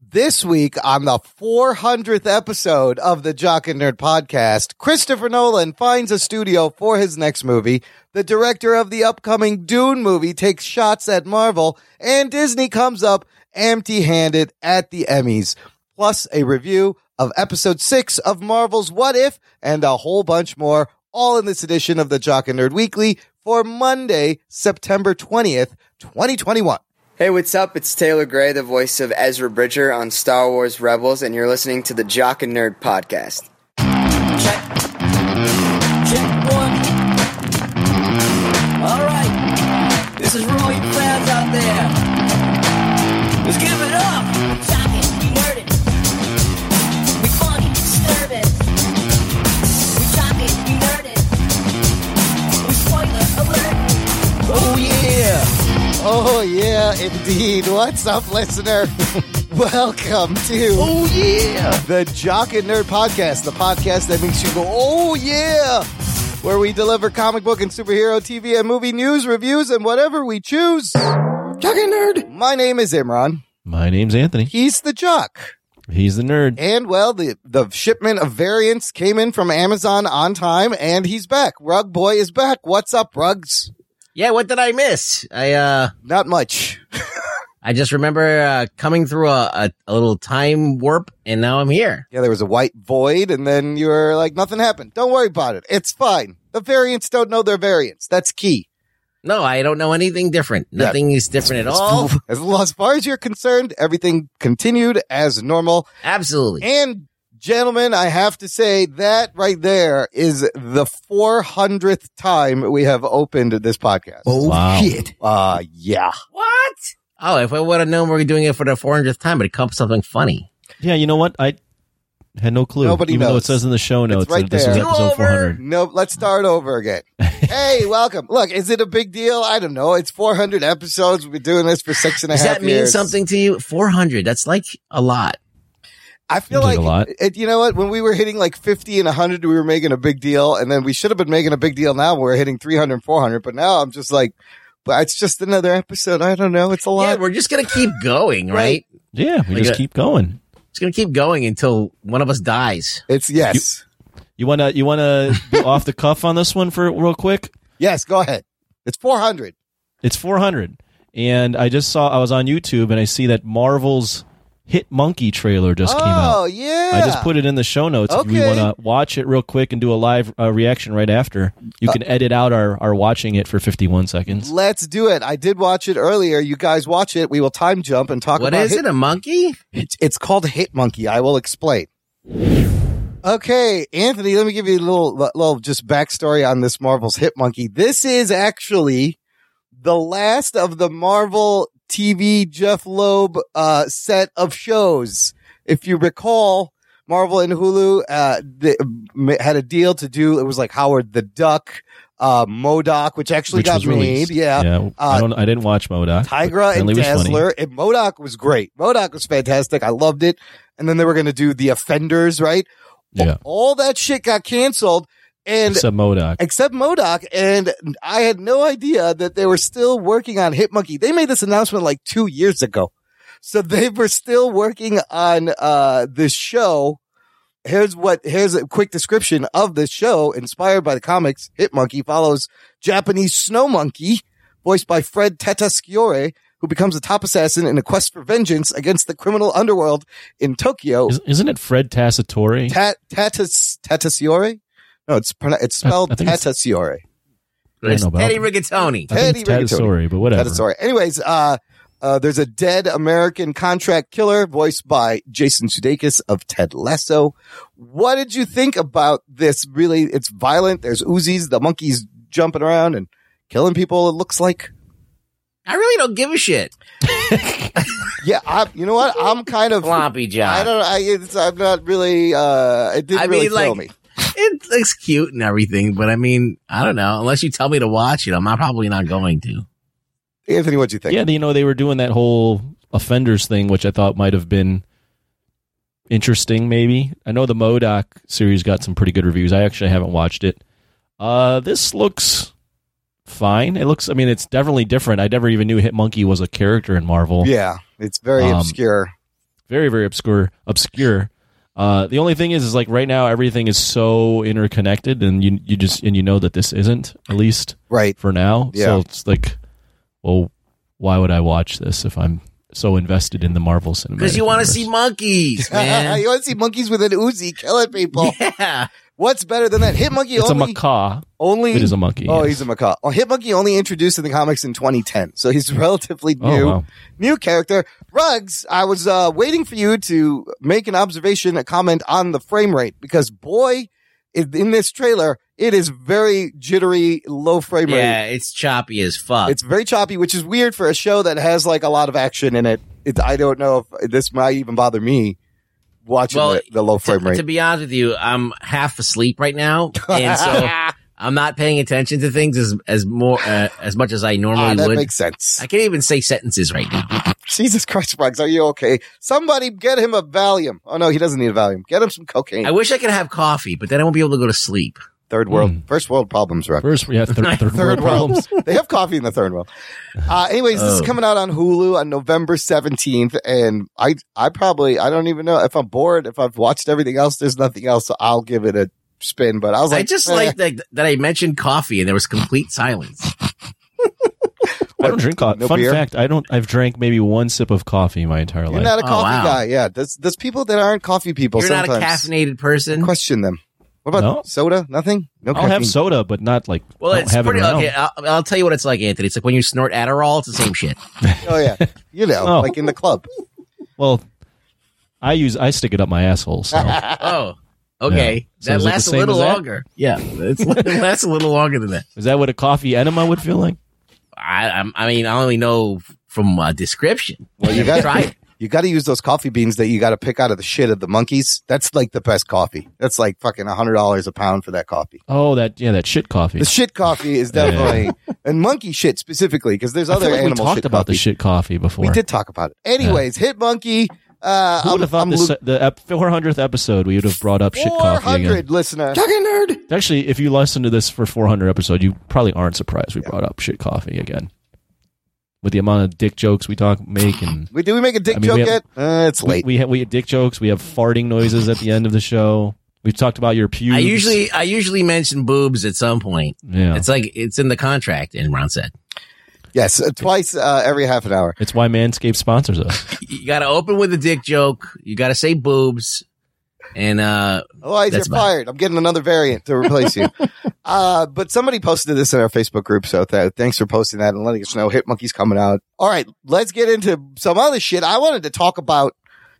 This week on the 400th episode of the Jock and Nerd podcast, Christopher Nolan finds a studio for his next movie. The director of the upcoming Dune movie takes shots at Marvel, and Disney comes up empty handed at the Emmys. Plus, a review of episode six of Marvel's What If and a whole bunch more, all in this edition of the Jock and Nerd Weekly for Monday, September 20th, 2021. Hey, what's up? It's Taylor Gray, the voice of Ezra Bridger on Star Wars Rebels, and you're listening to the Jock and Nerd Podcast. Check. Check one. All right. This is really fans out there. Let's give it up. Shocking, nerding. We funny, disturbing. We shocking, we nerding. We spoiler alert. Oh yeah. Oh, yeah, indeed. What's up, listener? Welcome to Oh yeah. the Jock and Nerd Podcast, the podcast that makes you go, oh, yeah, where we deliver comic book and superhero TV and movie news, reviews, and whatever we choose. Jock and Nerd! My name is Imran. My name's Anthony. He's the Jock. He's the nerd. And well, the, the shipment of variants came in from Amazon on time, and he's back. Rug Boy is back. What's up, Rugs? Yeah, what did I miss? I uh Not much. I just remember uh, coming through a, a, a little time warp and now I'm here. Yeah, there was a white void, and then you were like, nothing happened. Don't worry about it. It's fine. The variants don't know their variants. That's key. No, I don't know anything different. Yeah. Nothing is different at all. As, as far as you're concerned, everything continued as normal. Absolutely. And gentlemen, I have to say that right there is the 400th time we have opened this podcast. Oh, Wow. shit. Uh, yeah. What? Oh, if I would have known we were doing it for the 400th time, it'd come something funny. Yeah, you know what? I had no clue. Nobody Even though knows. it says in the show notes right that this is there. episode over. 400. Nope. Let's start over again. hey, welcome. Look, is it a big deal? I don't know. It's 400 episodes. We've been doing this for six and a half Does that mean years. something to you? 400. That's like a lot. I feel Seems like, like a lot. It, you know what? When we were hitting like 50 and 100, we were making a big deal. And then we should have been making a big deal now. when We're hitting 300 and 400. But now I'm just like, but it's just another episode. I don't know. It's a Yeah, lot. we're just going to keep going, right? Right. Yeah, we Like just a- keep going. It's going to keep going until one of us dies. it's yes. You wanna you wanna go off the cuff on this one for real quick? yes. Go ahead. It's 400. It's 400, and I just saw I was on YouTube and I see that Marvel's Hit Monkey trailer just oh, came out. yeah. I just put it in the show notes. If you Okay. want to watch it real quick and do a live uh, reaction right after, Uh, you can edit out our, our watching it for 51 seconds. Let's do it. I did watch it earlier. You guys watch it. We will time jump and talk What about is Hit- it? A monkey? It's, it's called Hit Monkey. I will explain. Okay, Anthony, let me give you a little, little just backstory on this Marvel's Hit Monkey. This is actually the last of the Marvel TV Jeff Loeb uh, set of shows. If you recall, Marvel and Hulu uh, the, m- had a deal to do. It was like Howard the Duck, uh, Modoc, which actually Which got was made. released. Yeah, uh, I don't. I didn't watch Modoc. but Tigra and apparently it was funny. Dazzler. And Modoc was great. Modoc was fantastic. I loved it. And then they were going to do the Offenders, right? Yeah. All that shit got canceled. And Except Modoc. except Modoc, and I had no idea that they were still working on Hit Monkey. They made this announcement like two years ago, so they were still working on uh, this show. Here's what here's a quick description of this show inspired by the comics. Hit Monkey follows Japanese snow monkey, voiced by Fred Tatasciore, who becomes a top assassin in a quest for vengeance against the criminal underworld in Tokyo. Is, isn't it Fred Tassatore? Tat Tatas Tatasciore? No, it's pronu- it's I- I spelled think it's- Tatasciore. I don't know about Teddy it. Rigatoni. I think it's Teddy Rigatoni. Tatasciore, but whatever. That is sorry. Anyways, uh, uh, there's a dead American contract killer voiced by Jason Sudeikis of Ted Lasso. What did you think about this? Really, it's violent. There's Uzis, the monkeys jumping around and killing people. It looks like. I really don't give a shit. Yeah, I, you know what? I'm kind of. Floppy I job. don't. I, it's, I'm not really. Uh, it didn't I mean, really thrill like- me. it looks cute and everything, but I mean, I don't know. Unless you tell me to watch it, I'm not- probably not going to. Anthony, what'd you think? Yeah, you know they were doing that whole offenders thing, which I thought might have been interesting. Maybe I know the Modoc series got some pretty good reviews. I actually haven't watched it. Uh, this looks fine. It looks. I mean, it's definitely different. I never even knew Hit Monkey was a character in Marvel. Yeah, it's very Um, obscure. very very obscure obscure. Uh, the only thing is, is like right now everything is so interconnected, and you you just and you know that this isn't at least Right. for now. Yeah. So it's like, well, why would I watch this if I'm so invested in the Marvel Cinematic? because you want to Universe? see monkeys, man. you want to see monkeys with an Uzi killing people. yeah, What's better than that? Hit monkey It's a only. macaw. only It is a monkey. Oh, yes. he's a macaw. Oh, Hitmonkey only introduced in the comics in 2010, so he's relatively new. Oh, wow. New character. Rugs, I was uh, waiting for you to make an observation, a comment on the frame rate because boy, in in this trailer, it is very jittery, low frame yeah, rate. it's choppy as fuck. It's very choppy, which is weird for a show that has like a lot of action in it. it I don't know if this might even bother me watching Well, the, the low to, frame rate. to be honest with you, I'm half asleep right now, and so I'm not paying attention to things as as more uh, as much as I Ah, normally that would. makes sense. I can't even say sentences right now. Jesus Christ, Bugs, are you okay? Somebody get him a Valium. Oh no, he doesn't need a Valium. Get him some cocaine. I wish I could have coffee, but then I won't be able to go to sleep. third world, Hmm. first world problems, right? First, we have thir- third, Third world world. problems. they have coffee in the third world. Uh, anyways, this is Oh. coming out on Hulu on November 17th. And I, I probably, I don't even know if I'm bored, if I've watched everything else, there's nothing else. So I'll give it a spin. But I was like, I just eh. like that, that I mentioned coffee and there was complete silence. I don't drink coffee. No Fun beer? fact: I don't. I've drank maybe one sip of coffee my entire you're life. not a Oh, coffee wow. guy. Yeah. There's, there's people that aren't coffee people You're sometimes. not a caffeinated person. Question them. What about No. soda? Nothing? No I'll have caffeine. soda, but not like. Well, I don't it's have pretty. It right okay, now. I'll, I'll tell you what it's like, Anthony. It's like when you snort Adderall. It's the same shit. Oh, yeah. You know, Oh. like in the club. Well, I use I stick it up my asshole. So Oh, okay. So that is it the lasts a same little as that? longer. Yeah, it's, it lasts a little longer than that. is that what a coffee enema would feel like? I, I'm- I mean, I only know from uh, description. Well, you got- tried. You got to use those coffee beans that you got to pick out of the shit of the monkeys. That's like the best coffee. That's like fucking hundred dollars a pound for that coffee. Oh, that yeah, that shit coffee. The shit coffee is definitely and monkey shit specifically because there's I feel other like we animal talked shit about coffee. the shit coffee before. We did talk about it. Anyways, hit monkey. Uh, Who would have thought I'm, this, Luke- the ep- 400th episode we would have brought up shit coffee uh, again? 400 listener. Actually, if you listen to this for 400 episode, you probably aren't surprised we brought up shit coffee again. With the amount of dick jokes we talk, make, and We do we make a dick I mean, joke we yet? have- Uh, it's we, late. we have we have dick jokes. We have farting noises at the end of the show. We've talked about your pubes. I usually, I usually mention boobs at some point. yeah, It's it's, like it's in the contract. And Ron said, yes, uh, twice uh, every half an hour. why Manscaped sponsors us. you got to open with a dick joke. You got to say boobs, and uh, Otherwise, That's Oh, you're about it. fired. I'm getting another variant to replace you. uh, but somebody posted this in our Facebook group, so th- thanks for posting that and letting us know Hit Monkey's coming out. All right, let's get into some other shit. I wanted to talk about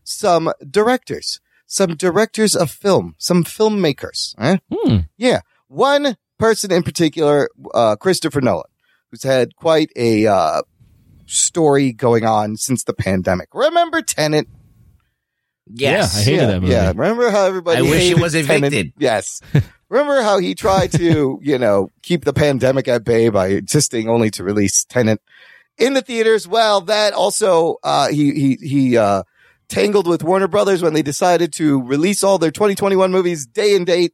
some directors, some directors of film, some filmmakers. eh? Hmm. Yeah, one person in particular, uh, Christopher Nolan, who's had quite a uh, story going on since the pandemic. Remember Tenet? yes, Yeah, I hate- hated yeah, that movie. Yeah, remember how everybody? I wish he hated was Tenet? evicted. Yes. remember how he tried to, you know, keep the pandemic at bay by insisting only to release Tenant in the theaters. Well, that also uh, he he he uh, tangled with Warner Brothers when they decided to release all their 2021 movies day and date.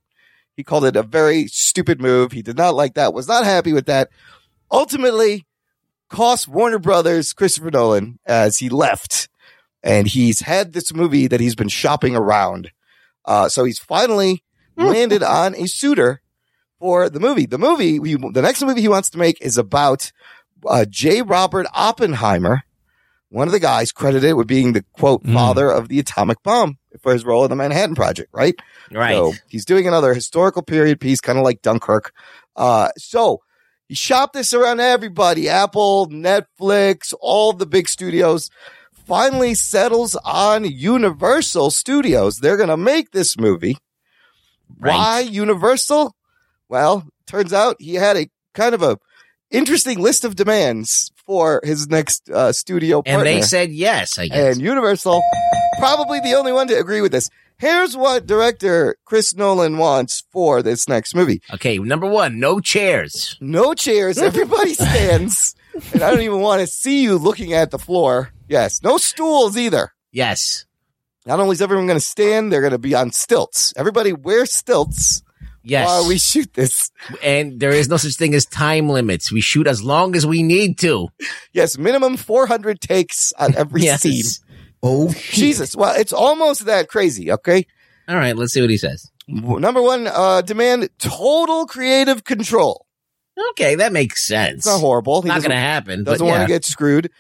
He called it a very stupid move. He did not like that. Was not happy with that. Ultimately, cost Warner Brothers Christopher Nolan as he left and he's had this movie that he's been shopping around. Uh, so he's finally landed on a suitor for the movie. The movie, we, the next movie he wants to make is about uh, J. Robert Oppenheimer, one of the guys credited with being the quote Mm. father of the atomic bomb for his role in the Manhattan Project, right? right. So he's doing another historical period piece, kind of like Dunkirk. Uh, so he shopped this around everybody, Apple, Netflix, all the big studios. Finally settles on Universal Studios. They're going to make this movie. Right. Why Universal? Well, turns out he had a kind of a interesting list of demands for his next uh, studio And partner they said yes. I guess. and Universal, probably the only one to agree with this. Here's what director Chris Nolan wants for this next movie. okay, number one, no chairs. No chairs, everybody stands. and I don't even want to see you looking at the floor. Yes, no stools either. Yes, Not only is everyone going to stand, they're going to be on stilts. Everybody wear stilts yes. while we shoot this. and there is no such thing as time limits. We shoot as long as we need to. Yes, minimum 400 takes on every Yes. scene. Oh, shit. Jesus. Well, it's almost that crazy, okay? All right, let's see what he says. W- Number one, uh, demand total creative control. Okay, that makes sense. It's not horrible. He Not doesn't, going to happen. doesn't but want yeah. to get screwed.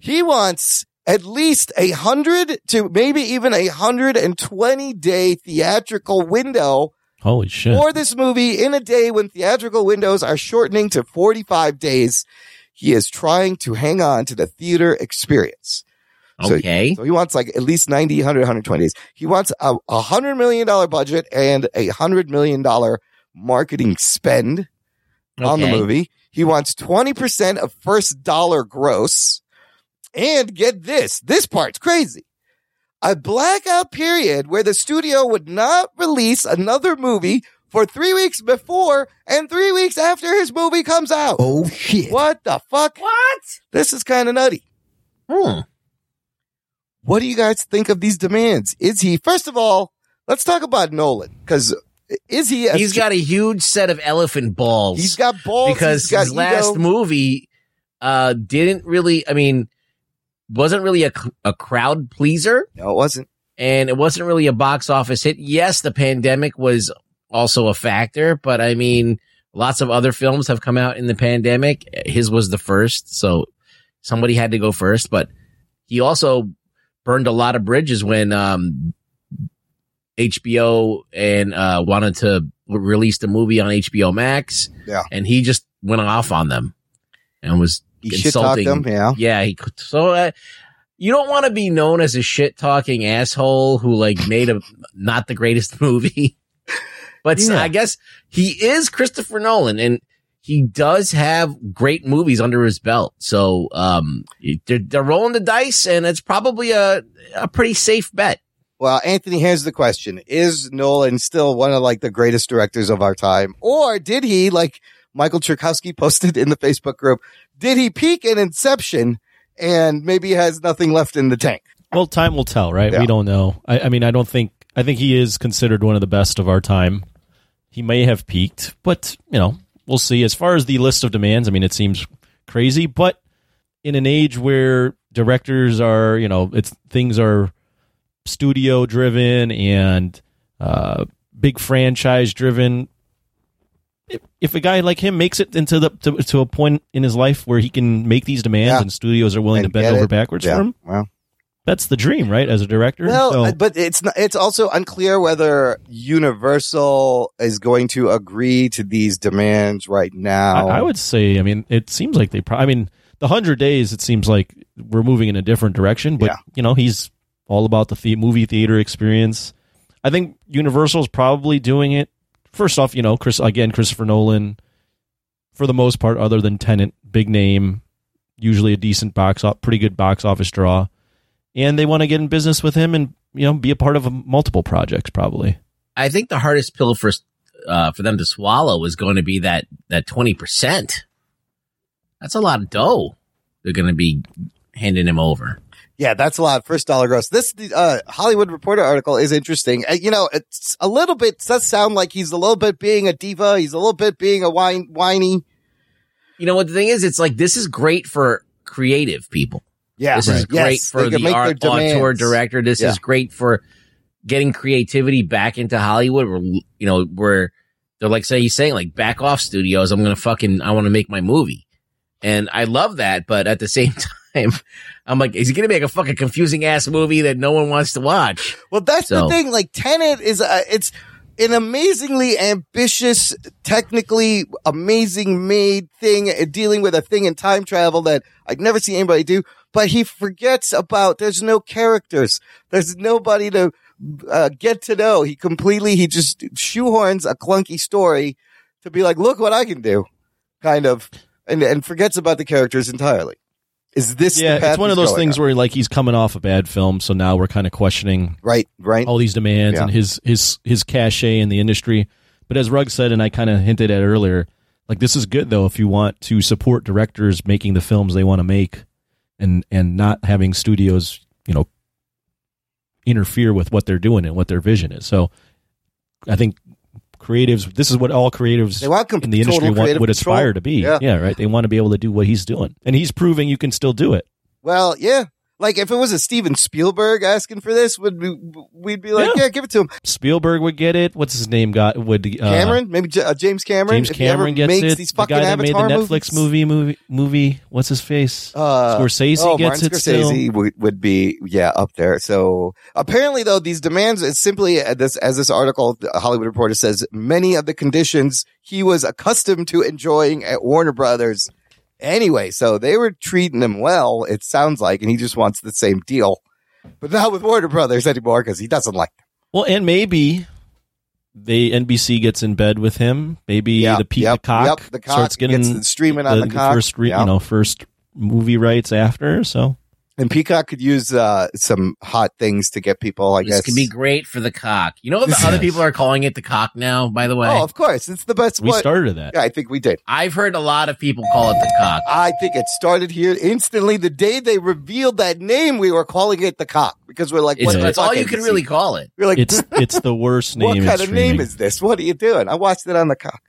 He wants at least a hundred to maybe even a hundred and twenty day theatrical window Holy shit. for this movie in a day when theatrical windows are shortening to 45 days. He is trying to hang on to the theater experience. So- okay. So he wants like at least 90, 100, 120 days. He wants a, a hundred million dollar budget and a hundred million dollar marketing spend on the Okay. movie. He wants 20% of first dollar gross. And get this, this part's crazy. A blackout period where the studio would not release another movie for three weeks before and three weeks after his movie comes out. Oh shit. What the fuck? What? This is kind of nutty. Hmm. What do you guys think of these demands? Is he, first of all, let's talk about Nolan, because is he, a, He's got a huge set of elephant balls. he's got balls, because he's got his last ego. movie uh didn't really i mean wasn't really a, c- a crowd pleaser no, it wasn't. and it wasn't really a box office hit yes the pandemic was also a factor but i mean lots of other films have come out in the pandemic his was the first so somebody had to go first but he also burned a lot of bridges when um HBO and uh wanted to release the movie on HBO Max Yeah. and he just went off on them and was He shit talked him, Insulting. yeah. yeah, he, so uh, you don't want to be known as a shit talking asshole who like made a not the greatest movie. But Yeah. I guess he is Christopher Nolan and he does have great movies under his belt. So um they're, they're rolling the dice and it's probably a a pretty safe bet. Well, Anthony, here's the question. Is Nolan still one of like the greatest directors of our time? Or did he, like Michael Tchaikovsky posted in the Facebook group, did he peak in Inception and maybe has nothing left in the tank? Well, time will tell, right? Yeah. We don't know. I, I mean, I don't think. I think he is considered one of the best of our time. He may have peaked, but you know, we'll see. As far as the list of demands, I mean, it seems crazy, but in an age where directors are, you know, it's things are studio driven and uh, big franchise driven. If, if a guy like him makes it into the to, to a point in his life where he can make these demands Yeah. and studios are willing And to bend get over it. backwards for him, Well, that's the dream, right? As a director. well, So- uh, but it's not, it's also unclear whether Universal is going to agree to these demands right now. I, I would say, I mean, it seems like they. Pro- I mean, the hundred days. It seems like we're moving in a different direction. But Yeah. you know, he's all about the, the movie theater experience. I think Universal's probably doing it. First off, you know, Chris again, Christopher Nolan, for the most part, other than Tenant, big name, usually a decent box off, pretty good box office draw, and they want to get in business with him and you know be a part of multiple projects probably. I think the hardest pill for uh, for them to swallow is going to be that that twenty percent. That's a lot of dough. They're going to be handing him over. Yeah, that's a lot. First dollar gross. This uh, Hollywood Reporter article is interesting. Uh, you know, it's a little bit does sound like he's a little bit being a diva. He's a little bit being a whine, whiny. You know what the thing is? It's like this is great for creative people. Yeah, This is great for the art auteur director. This Yeah. is great for getting creativity back into Hollywood. Where you know where they're like, say he's saying like, back off studios. I'm gonna fucking I want to make my movie, and I love that. But at the same time, I'm like, is he gonna make a fucking confusing ass movie that no one wants to watch? Well, that's the So- thing. Like Tenet is a, it's an amazingly ambitious, technically amazing made thing uh, dealing with a thing in time travel that I'd never see anybody do. But he forgets about there's no characters. There's nobody to uh, get to know. He completely, he just shoehorns a clunky story to be like, look what I can do kind of and, and forgets about the characters entirely. Is this the yeah, path it's one of he's those going things on? where like he's coming off a bad film, so now we're kind of questioning right, right. all these demands Yeah. and his his his cachet in the industry. But as Rugg said, and I kind of hinted at earlier, like this is good though if you want to support directors making the films they want to make, and and not having studios you know interfere with what they're doing and what their vision is. So I think creatives, this is what all creatives They want com- in the industry total want, creative would control. aspire to be. Yeah. yeah, right. They want to be able to do what he's doing, and he's proving you can still do it. Well, yeah. Like if it was a Steven Spielberg asking for this, would we, we'd be like, yeah. Yeah. give it to him. Spielberg would get it. What's his name? Got would uh, Cameron, maybe J- uh, James Cameron. James if he ever Cameron gets makes it. These the fucking guy that made the Avatar Netflix movies. movie movie movie. What's his face? Uh, Scorsese oh, gets Martin it Scorsese would, would be yeah up there. So apparently, though, these demands it's simply uh, this as this article, the Hollywood Reporter says, many of the conditions he was accustomed to enjoying at Warner Brothers. Anyway, so they were treating him well. It sounds like, and he just wants the same deal, but not with Warner Brothers anymore because he doesn't like. Them. Well, and maybe they NBC gets in bed with him. Maybe Yeah, the Pete yep, Cock yep, the cock starts getting gets the streaming on the cock, first re- yeah. you know first movie rights after. So And Peacock could use uh, some hot things to get people. I This guess could be great for the cock. You know what the other people are calling it the cock now, by the way? Oh, of course, it's the best. we one. started that. Yeah, I think we did. I've heard a lot of people call it the cock. I think it started here instantly. The day they revealed that name, we were calling it the cock because we're like, It's, what the it's fuck all you is can this? really call it. We're like, It's it's the worst name. what in kind of name streaming. is this? What are you doing? I watched it on the cock.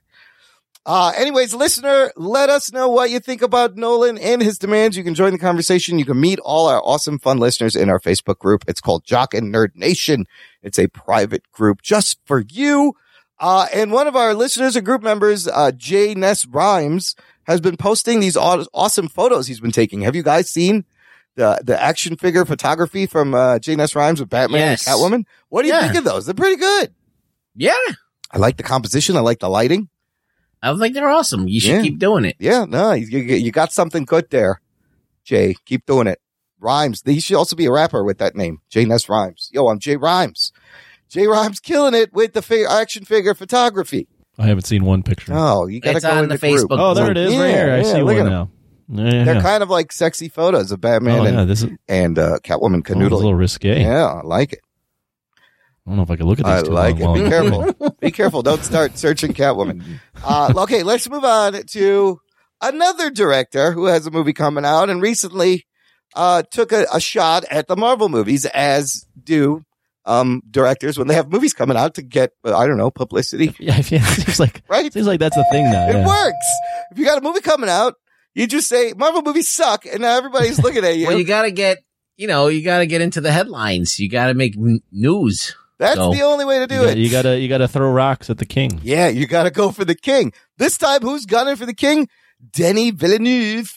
Uh, anyways, listener, let us know what you think about Nolan and his demands. You can join the conversation. You can meet all our awesome, fun listeners in our Facebook group. It's called Jock and Nerd Nation. It's a private group just for you. Uh, and one of our listeners and group members, uh, Jay Ness Rhymes, has been posting these aw- awesome photos he's been taking. Have you guys seen the the action figure photography from uh, Jay Ness Rhymes with Batman Yes. and Catwoman? What do you Yeah. think of those? They're pretty good. Yeah. I like the composition. I like the lighting. I think they're awesome. You should Yeah. keep doing it. Yeah, no, you, you you got something good there, Jay. Keep doing it. Rhymes. He should also be a rapper with that name, Jay Ness Rhymes. Yo, I'm Jay Rhymes. Jay Rhymes killing it with the fi- action figure photography. I haven't seen one picture. Oh, Oh, you gotta It's go on in the, the group. Facebook there it is, Yeah, right here. I yeah, see look one at 'em. now. Yeah, They're yeah. kind of like sexy photos of Batman oh, and, yeah, this is and uh, Catwoman oh, it's a canoodling. little risque. yeah, I like it. I don't know if I can look at these. I too like it. long, Be long. careful. Be careful. Don't start searching Catwoman. Uh, okay, let's move on to another director who has a movie coming out and recently uh, took a, a shot at the Marvel movies, as do um, directors when they have movies coming out to get, uh, I don't know, publicity, Yeah, yeah, it seems like right? it seems like that's the thing now. It yeah. works. If you got a movie coming out, you just say, Marvel movies suck, and now everybody's looking at you. Well, you got to get, you know, you got to get into the headlines. You got to make n- news. That's No. the only way to do you, it. Gotta, you gotta you gotta throw rocks at the king. Yeah, you got to go for the king. This time, who's gunning for the king? Denny Villeneuve,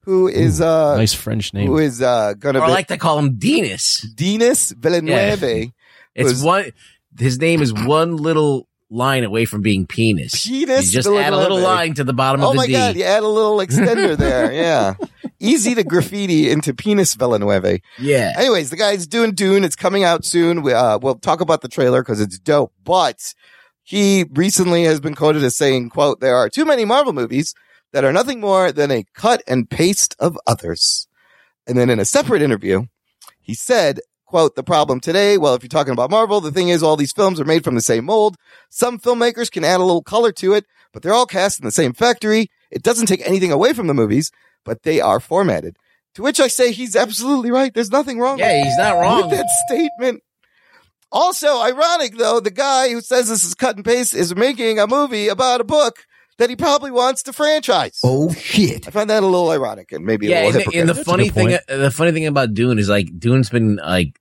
who is uh, nice French name. who is uh, Or gonna I be like to call him Dinas. Dinas Villeneuve. It's Was- one. His name is one little line away from being penis. Penis You just add a little Villeneuve. line to the bottom Oh of the my D. god, you add a little extender there. Yeah, easy to graffiti into penis Villeneuve. Yeah. Anyways, the guy's doing Dune. It's coming out soon. We, uh, we'll talk about the trailer because it's dope. But he recently has been quoted as saying, "quote There are too many Marvel movies that are nothing more than a cut and paste of others." And then in a separate interview, he said, "quote The problem today. Well, if you're talking about Marvel, the thing is, all these films are made from the same mold. Some filmmakers can add a little color to it, but they're all cast in the same factory. It doesn't take anything away from the movies, but they are formatted." To which I say he's absolutely right. There's nothing wrong with Yeah, he's not wrong. with that statement. Also, ironic though, the guy who says this is cut and paste is making a movie about a book that he probably wants to franchise. Oh shit! I find that a little ironic and maybe a yeah, little and, the- hypocritical. and the That's a funny good thing, point. uh, the funny thing about Dune is like Dune's been like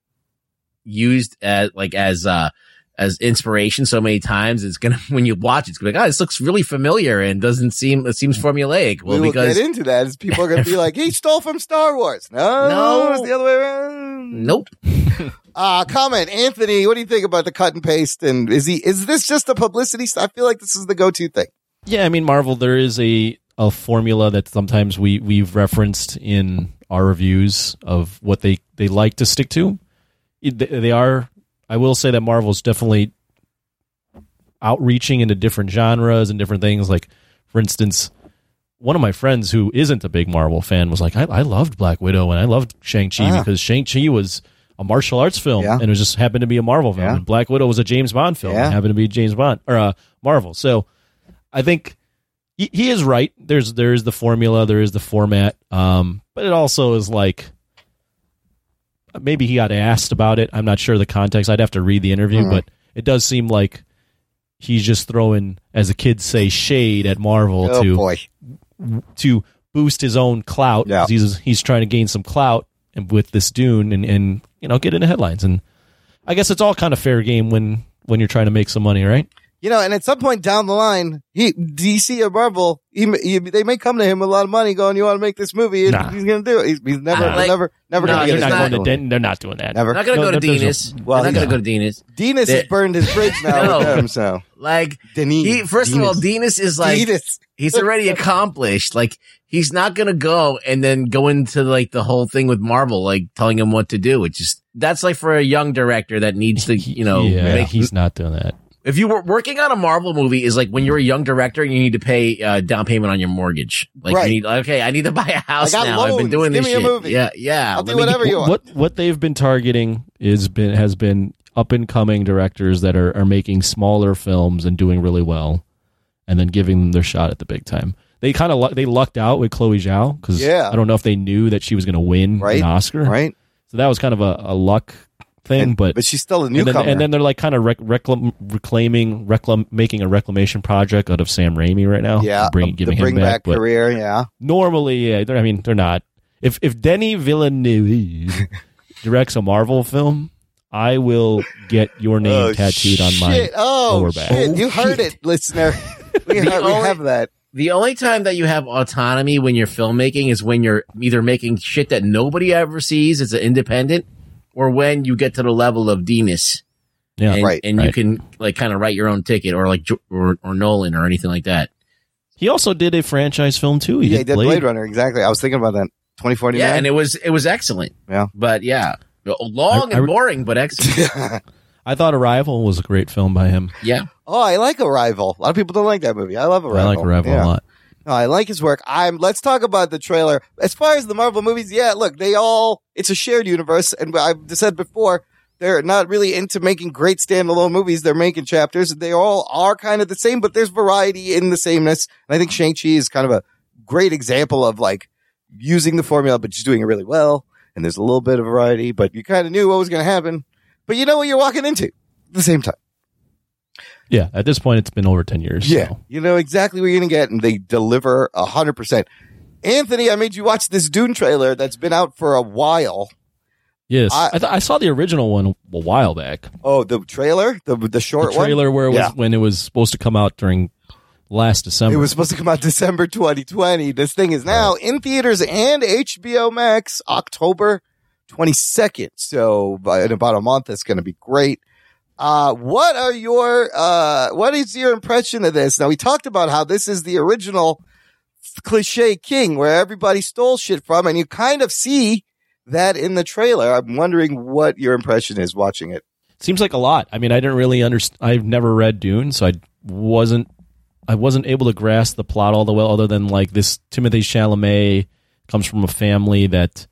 used as like as uh as inspiration so many times. It's gonna when you watch, it's gonna be like, oh, this looks really familiar and doesn't seem it Mm. seems formulaic. Well, we will because get into that as people are going to be like, he stole from Star Wars. No, No. it's the other way around. nope, Uh, comment, Anthony, what do you think about the cut and paste? And is he, is this just a publicity? st- I feel like this is the go-to thing. Yeah, I mean Marvel. There is a a formula that sometimes we we've referenced in our reviews of what they they like to stick to. It- They they are. I will say that Marvel's definitely outreaching into different genres and different things. Like, for instance, one of my friends who isn't a big Marvel fan was like, "I, I loved Black Widow and I loved Shang Chi Ah. because Shang Chi was a martial arts film Yeah. and it was just happened to be a Marvel film. Yeah. And Black Widow was a James Bond film Yeah. and happened to be James Bond or uh, Marvel." So, I think he, he is right. There's there is the formula, there is the format, um, but it also is like maybe he got asked about it. I'm not sure the context. I'd have to read the interview, Mhm. but it does seem like he's just throwing, as the kids say, shade at Marvel Oh to boy. to boost his own clout. Yeah. 'cause He's he's trying to gain some clout and with this Dune and, and you know get into headlines. And I guess it's all kind of fair game when when you're trying to make some money, right? You know, and at some point down the line, he, DC or Marvel, he, he- they may come to him with a lot of money, going, "You want to make this movie?" And Nah. He's going to do it. He's, he's never, Nah. never, never going to No, get they're not his going money. to. Den- They're not doing that. Never. They're not going to No, go to that doesn't- Denis. Well, they're not going no. to go to Denis. Denis has They- burned his bridge now No. with them. So, Like, Denis, he, first of all, Mm. Denis. Denis is like, Denis. he's already accomplished. Like, he's not going to go and then go into like the whole thing with Marvel, like telling him what to do. It just, that's like for a young director that needs to, you know, yeah, make he's not doing that. If you were working on a Marvel movie, is like when you're a young director and you need to pay uh, down payment on your mortgage. Like Right. you need, okay, I need to buy a house I got now. I've been loans. doing Give this me a shit. movie. Yeah, yeah. I'll Let do me- whatever you want. What what they've been targeting is been has been up and coming directors that are, are making smaller films and doing really well, and then giving them their shot at the big time. They kind of they lucked out with Chloe Zhao because Yeah. I don't know if they knew that she was going to win Right. an Oscar, right? so that was kind of a, a luck thing. And- but but she's still a and newcomer. then, and then they're like kind of rec- reclam- reclaiming, reclam- making a reclamation project out of Sam Raimi right now. yeah, Oh, bring, the giving bring him back, back. but career. Yeah, normally, yeah, they're, I mean, they're not. If if Denny Villeneuve directs a Marvel film, I will get your name tattooed on my. Oh, shit. Oh lower shit! back. You heard it, listener. We, heard, we only- have that. The only time that you have autonomy when you're filmmaking is when you're either making shit that nobody ever sees as an independent, or when you get to the level of Denis. Yeah. and, Right, and you right. can like kind of write your own ticket, or like Jo- or, or Nolan or anything like that. He also did a franchise film too. He yeah, did, he did Blade. Runner exactly. I was thinking about that. Twenty forty Yeah, nine. and it was it was excellent. Yeah. but yeah, long I- I and re- boring, but excellent. I thought Arrival was a great film by him. yeah. oh, I like Arrival. A lot of people don't like that movie. I love Arrival. I like Arrival Yeah. a lot. No, Oh, I like his work. I'm. Let's talk about the trailer. As far as the Marvel movies, yeah, look, they all. It's a shared universe, and I've said before, they're not really into making great standalone movies. They're making chapters. They all are kind of the same, but there's variety in the sameness. And I think Shang Chi is kind of a great example of like using the formula, but just doing it really well. And there's a little bit of variety, but you kind of knew what was going to happen. But you know what you're walking into at the same time. Yeah, at this point, it's been over ten years. Yeah. so. You know exactly what you're going to get, and they deliver 100%. Anthony, I made you watch this Dune trailer that's been out for a while. Yes, I- I, th- I saw the original one a while back. Oh, the trailer? The, the short the trailer where it was Yeah. when it was supposed to come out during last one? It December. was supposed to come out December 2020. This thing is now in theaters and HBO Max October 22nd. So by- in about a month, it's going to be great. Uh, what are your, uh, what is your impression of this? Now we talked about how this is the original cliche king where everybody stole shit from and you kind of see that in the trailer. I'm wondering what your impression is watching it. Seems like a lot. I mean, I didn't really understand. I've never read Dune, so I wasn't. I wasn't able to grasp the plot all the well, other than like this. Timothy Chalamet comes from a family that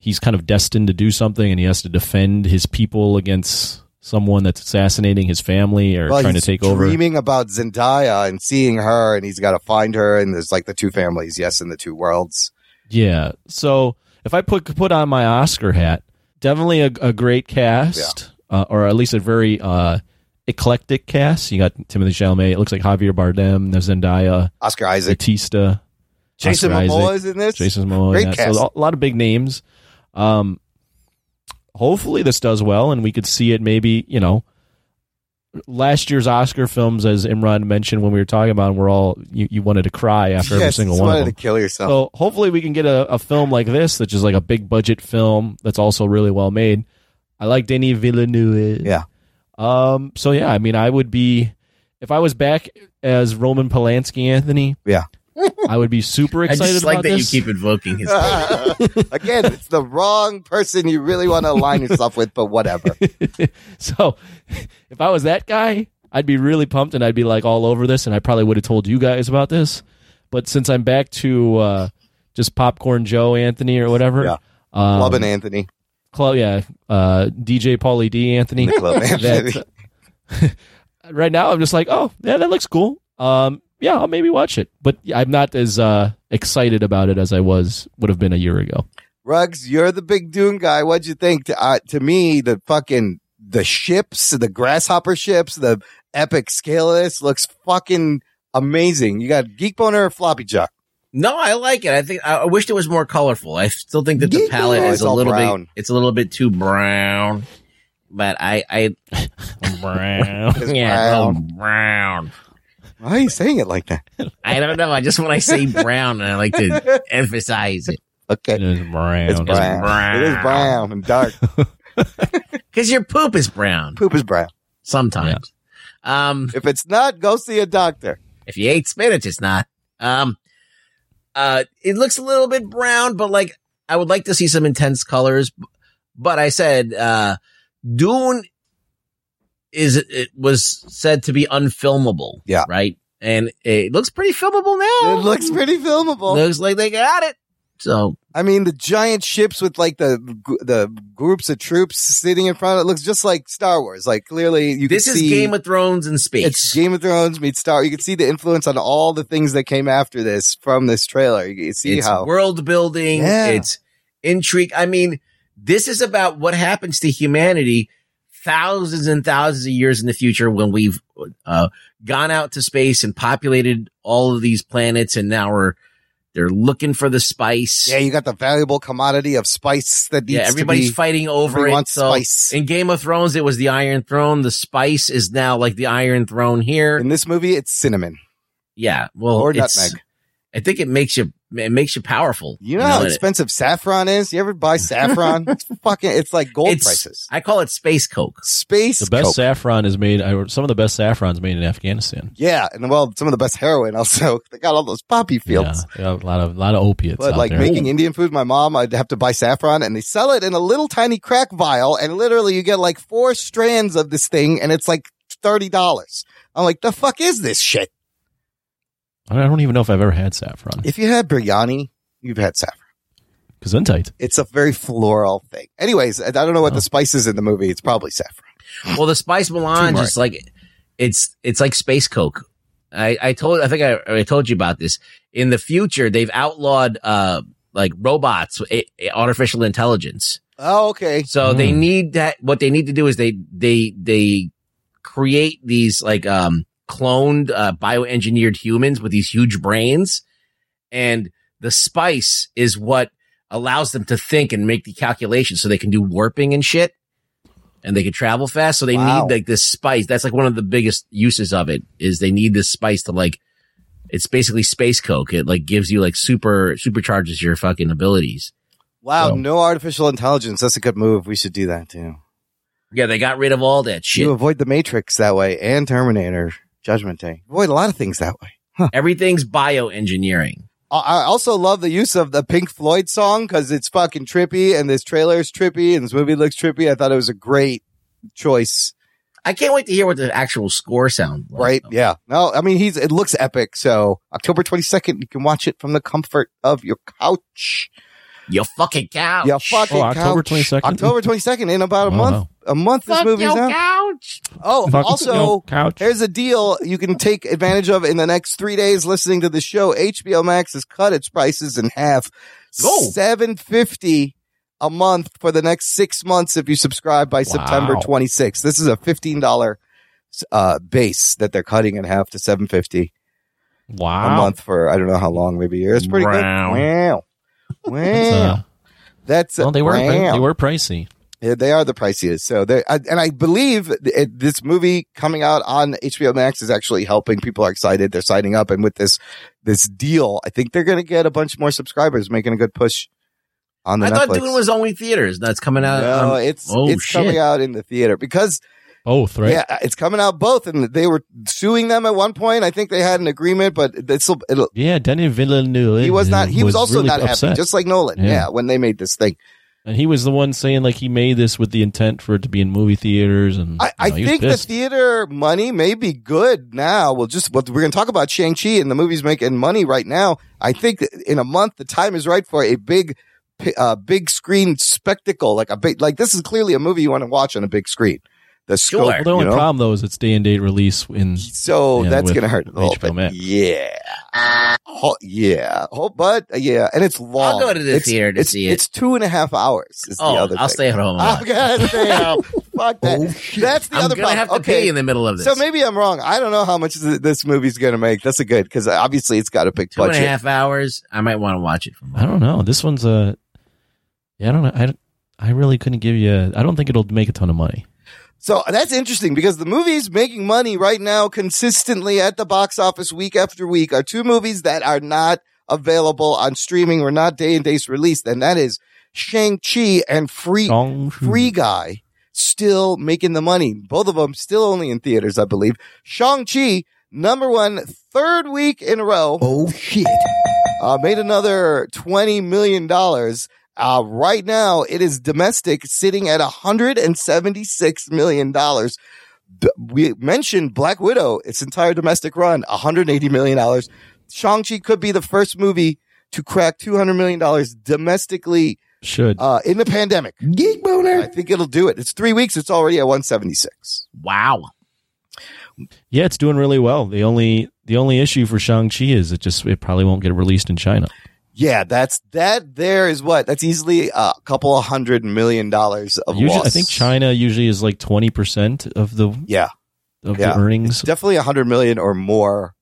he's kind of destined to do something, and he has to defend his people against someone that's assassinating his family or Well, trying to he's take over. dreaming about Zendaya and seeing her and he's got to find her. And there's like the two families. Yes. In the two worlds. Yeah. So if I put put on my Oscar hat, definitely a, a great cast, uh, or at least a very uh, eclectic cast. You got Timothy Chalamet. It looks like Javier Bardem, there's Zendaya, Oscar Isaac. Batista, Jason Oscar Momoa Isaac, is in this. Jason Momoa. Great yeah. cast. So a lot of big names. Um, hopefully this does well, and we could see it. Maybe you know. Last year's Oscar films, as Imran mentioned when we were talking about, them, were all you, you wanted to cry after every Yes, single just one of wanted them. to kill yourself. So hopefully we can get a, a film like this, which is like a big budget film that's also really well made. I like Denis Villeneuve. Yeah. Um. So yeah, I mean, I would be if I was back as Roman Polanski, Anthony. Yeah. I would be super I excited just like about that this. you keep invoking his. Again, it's the wrong person you really want to align yourself with, but whatever. so if I was that guy, I'd be really pumped and I'd be like all over this, and I probably would have told you guys about this. But since I'm back to uh, just popcorn Joe Anthony or whatever, Yeah. um, Clubbing Anthony. Clo- yeah, uh, DJ Paulie D Anthony. The Club Anthony. that, right now, I'm just like, oh, yeah, that looks cool. Um, yeah, I'll maybe watch it, but I'm not as uh, excited about it as I was would have been a year ago. Ruggs, you're the big Dune guy. What'd you think? To, uh, to me, the fucking the ships, the grasshopper ships, the epic scale of this looks fucking amazing. You got Geek Boner or Floppy Jock? No, I like it. I think I I wished it was more colorful. I still think that the Yeah, palette it's is a all little brown. bit it's a little bit too brown. But I I brown. It's yeah, brown. brown. brown. Why are you saying it like that? I don't know. I just when I say brown and I like to emphasize it. Okay. It is brown. It's brown. It is brown and dark. Cuz your poop is brown Poop is brown. sometimes. Um If it's not, go see a doctor. If you ate spinach, it's not. Um, uh, it looks a little bit brown, but like I would like to see some intense colors. But I said, uh, Dune is it was said to be unfilmable. Yeah. Right. And it looks pretty filmable now. It looks pretty filmable. Looks like they got it. So I mean, the giant ships with like the the groups of troops sitting in front. It looks just like Star Wars. Like clearly, you this can is see Game of Thrones in space. it's Game of Thrones meets Star. You can see the influence on all the things that came after this from this trailer. You can see it's how world building. Yeah. It's intrigue. I mean, this is about what happens to humanity thousands and thousands of years in the future when we've uh, gone out to space and populated all of these planets, and now we're they're looking for the spice. yeah, you got the valuable commodity of spice that needs Yeah, everybody's to be. fighting over everybody it. wants So spice. in Game of Thrones, it was the Iron Throne. The spice is now like the Iron Throne here. in this movie, it's cinnamon. yeah, well, Or it's- nutmeg. I think it makes you it makes you powerful. You know, how and it- expensive saffron is. You ever buy saffron? it's fucking. It's like gold It's- prices. I call it space coke. Space. The best Coke. saffron is made. I- Some of the best saffron's made in Afghanistan. yeah, and well, some of the best heroin. Also, they got all those poppy fields. Yeah, yeah, a lot of lot of opiates But out like there. making Indian food, my mom, I'd have to buy saffron and they sell it in a little tiny crack vial. And literally you get like four strands of this thing and it's like $30. I'm like, the fuck is this shit? I don't even know if I've ever had saffron. If you had biryani, you've had saffron. Gesundheit. It's a very floral thing. Anyways, I I don't know what Oh. the spice is in the movie. It's probably saffron. Well, the spice melange Turmeric. is like it's it's like space coke. I I told I think I, I told you about this. In the future, they've outlawed uh like robots, a, a- artificial intelligence. Oh, okay. So they Hmm. need that. What they need to do is they they they create these like um cloned uh, bioengineered humans with these huge brains, and the spice is what allows them to think and make the calculations, so they can do warping and shit, and they can travel fast. So they Wow. need like this spice. That's like one of the biggest uses of it is they need this spice to like. It's basically space coke. It like gives you like super supercharges your fucking abilities. Wow. So- No artificial intelligence. That's a good move. We should do that too. Yeah, they got rid of all that shit. You avoid the Matrix that way and Terminator Judgment Day. Avoid a lot of things that way. Everything's bioengineering. I- I also love the use of the Pink Floyd song because it's fucking trippy and this trailer is trippy and this movie looks trippy. I thought it was a great choice, I can't wait to hear what the actual score sounds like. right? Yeah. No, I mean, he's, it looks epic. So October 22nd, you can watch it from the comfort of your couch. You fucking cow. Your fucking Oh, October couch. 22nd? October 22nd in about a Oh, Wow. month. A month this movie's out. Oh, Fuck also, your couch. Here's a deal you can take advantage of in the next three days listening to the show. HBO Max has cut its prices in half. Oh. Seven fifty a month for the next six months if you subscribe by September Wow. 26th. This is a fifteen dollar uh, base that they're cutting in half to seven fifty Wow. a month for I don't know how long, maybe a year. It's pretty Wow. good. Wow. Wow. That's, uh, That's well, they were wow. they were pricey. Yeah, they are the priciest. So they I- and I believe th- it, this movie coming out on HBO Max is actually helping. People are excited. They're signing up, and with this this deal, I think they're going to get a bunch more subscribers, making a good push on the I Netflix. thought Dune was only theaters. That's coming out. no, on- it's oh, it's shit. coming out in the theater because Both, right? yeah, it's coming out both, and they were suing them at one point. I think they had an agreement, but this will it'll Yeah, Denis Villeneuve. he was not he was, also really not happy, upset. just like Nolan. Yeah. yeah, when they made this thing. and he was the one saying like he made this with the intent for it to be in movie theaters. And I, I you know, he was think the pissed. theater money may be good now. Well, just what we're going to talk about Shang Chi and the movies making money right now. I think that in a month the time is right for a big, uh, big screen spectacle like a big like this is clearly a movie you want to watch on a big screen. the scope. Sure. Well, you the only know? problem though is it's day and date release in So Yeah, that's with going to hurt a little HBO bit. Max. Yeah. Oh, yeah. Oh, but yeah. And it's long. go to the It's- theater to it's- see it. It's two and a half hours. Is the Oh, other I'll thing. stay at home. and I'm watch. gonna stay home. Fuck that. Oh, That's the I'm other gonna problem. have to okay. pee in the middle of this. So maybe I'm wrong. I don't know how much th- this movie's going to make. That's a good because obviously it's got a big two and a half budget. hours. I might want to watch it from I don't know. This one's a. Yeah, I don't know. I, don't- I really couldn't give you. A, I don't think it'll make a ton of money. So that's interesting because the movies making money right now consistently at the box office week after week are two movies that are not available on streaming or not day and days released, and that is Shang Chi and Free Gong- Free Guy still making the money. Both of them still only in theaters, I believe. Shang-Chi, number one, third week in a row. Oh, shit. Uh, made another $20 million. Uh, right now, it is domestic, sitting at $176 million. D- We mentioned Black Widow, its entire domestic run, $180 million. Shang-Chi could be the first movie to crack $200 million domestically should. uh, in the pandemic. Geek I boner. think it'll do it. It's three weeks. It's already at 176. Wow. yeah, it's doing really well. The only the only issue for Shang Chi is it just it probably won't get released in China. Yeah, that's that. There is what that's easily a couple of hundred million dollars of Usually, loss. I think China usually is like twenty percent of the Yeah, of Yeah. the earnings. definitely a hundred million or more.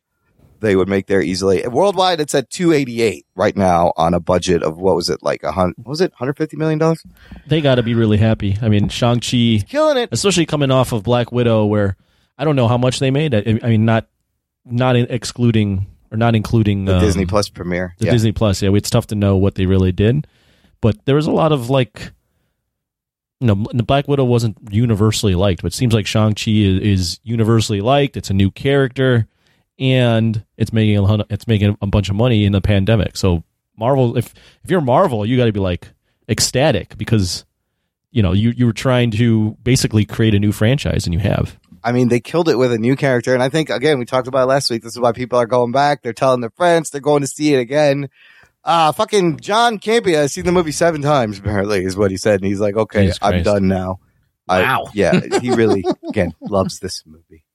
They would make there easily. Worldwide, it's at 288 right now on a budget of what was it like a hundred? Was it 150 million dollars? They got to be really happy. I mean, Shang Chi, Killing it. especially coming off of Black Widow, where I don't know how much they made. I, I mean, not not in- excluding or not including The um, Disney Plus premiere. the yeah. Disney Plus. Yeah, it's tough to know what they really did, but there was a lot of like, you know, the Black Widow wasn't universally liked, but it seems like Shang Chi is, is universally liked. It's a new character, and it's making a hun- it's making a bunch of money in the pandemic. So Marvel, if if you're Marvel, you got to be like ecstatic because you know you you were trying to basically create a new franchise, and you have. I mean, they killed it with a new character. And I think, again, we talked about it last week. This is why people are going back. They're telling their friends. They're going to see it again. Uh, fucking John Campia has seen the movie seven times, apparently, is what he said. And he's like, okay, Jesus I'm Christ. done now. I- Wow. yeah. He really, again, loves this movie.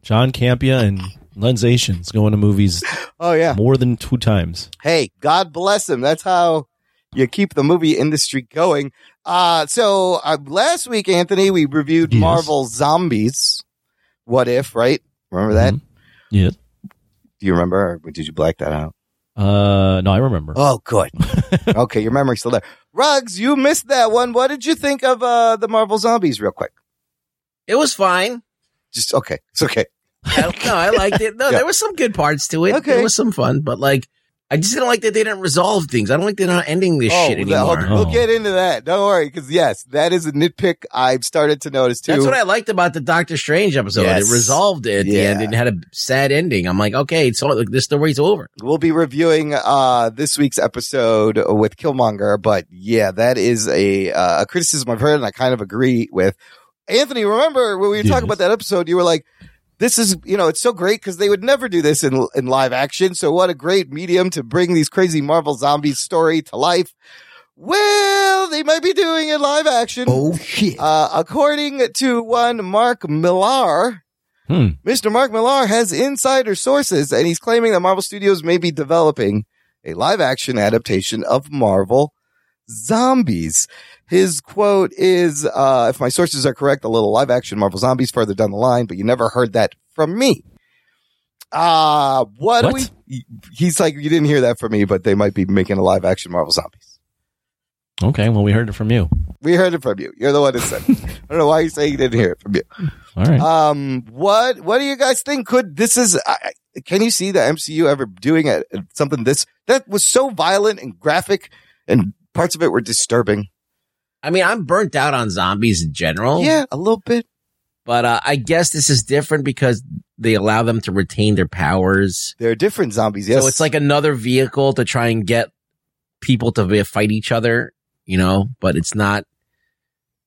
John Campia and Lens Asians going to movies Oh, yeah. more than two times. hey, God bless him. That's how you keep the movie industry going. Uh, so uh, last week, Anthony, we reviewed Yes. Marvel Zombies. What if, right? Remember that? Mhm. Yeah. Do you remember? Or did you black that out? Uh, no, I remember. Oh, good. okay, your memory's still there. Rugs, you missed that one. What did you think of uh, the Marvel Zombies, real quick? It was fine. Just okay. It's okay. I, no, I liked it. No, Yeah. there was some good parts to it. Okay. There was some fun, but like, I just didn't like that they didn't resolve things. I don't like they're not ending this shit the- Oh, anymore. we'll, we'll get into that. Don't worry, because yes, that is a nitpick I've started to notice too. That's what I liked about the Doctor Strange episode. Yes. It resolved it at the Yeah. end and had a sad ending. I'm like, okay, it's all, like, this story's over. we'll be reviewing uh, this week's episode with Killmonger, but yeah, that is a uh, a criticism I've heard, and I kind of agree with. Anthony, remember when we were Yes. talking about that episode? You were like, "This is you know, it's so great because they would never do this in in live action. So what a great medium to bring these crazy Marvel zombies story to life." Well, they might be doing it live action. Oh shit. Uh, according to one Mark Millar, Hmm. Mr. Mark Millar has insider sources, and he's claiming that Marvel Studios may be developing a live action adaptation of Marvel Zombies. His quote is uh, If my sources are correct, a little live action Marvel Zombies further down the line, but you never heard that from me. Uh, what, do What? we? He's like, You didn't hear that from me, but they might be making a live action Marvel Zombies. Okay, well, we heard it from you. We heard it from you. You're the one that said it. I don't know why you say you didn't hear it from you. All right. Um, what what do you guys think? Could this is? I, I- can you see the MCU ever doing a, something this that was so violent and graphic, and parts of it were disturbing? I mean, I'm burnt out on zombies in general. Yeah, a little bit. But uh, I guess this is different because they allow them to retain their powers. There are different zombies. Yes, So it's like another vehicle to try and get people to be- fight each other, you know, but it's not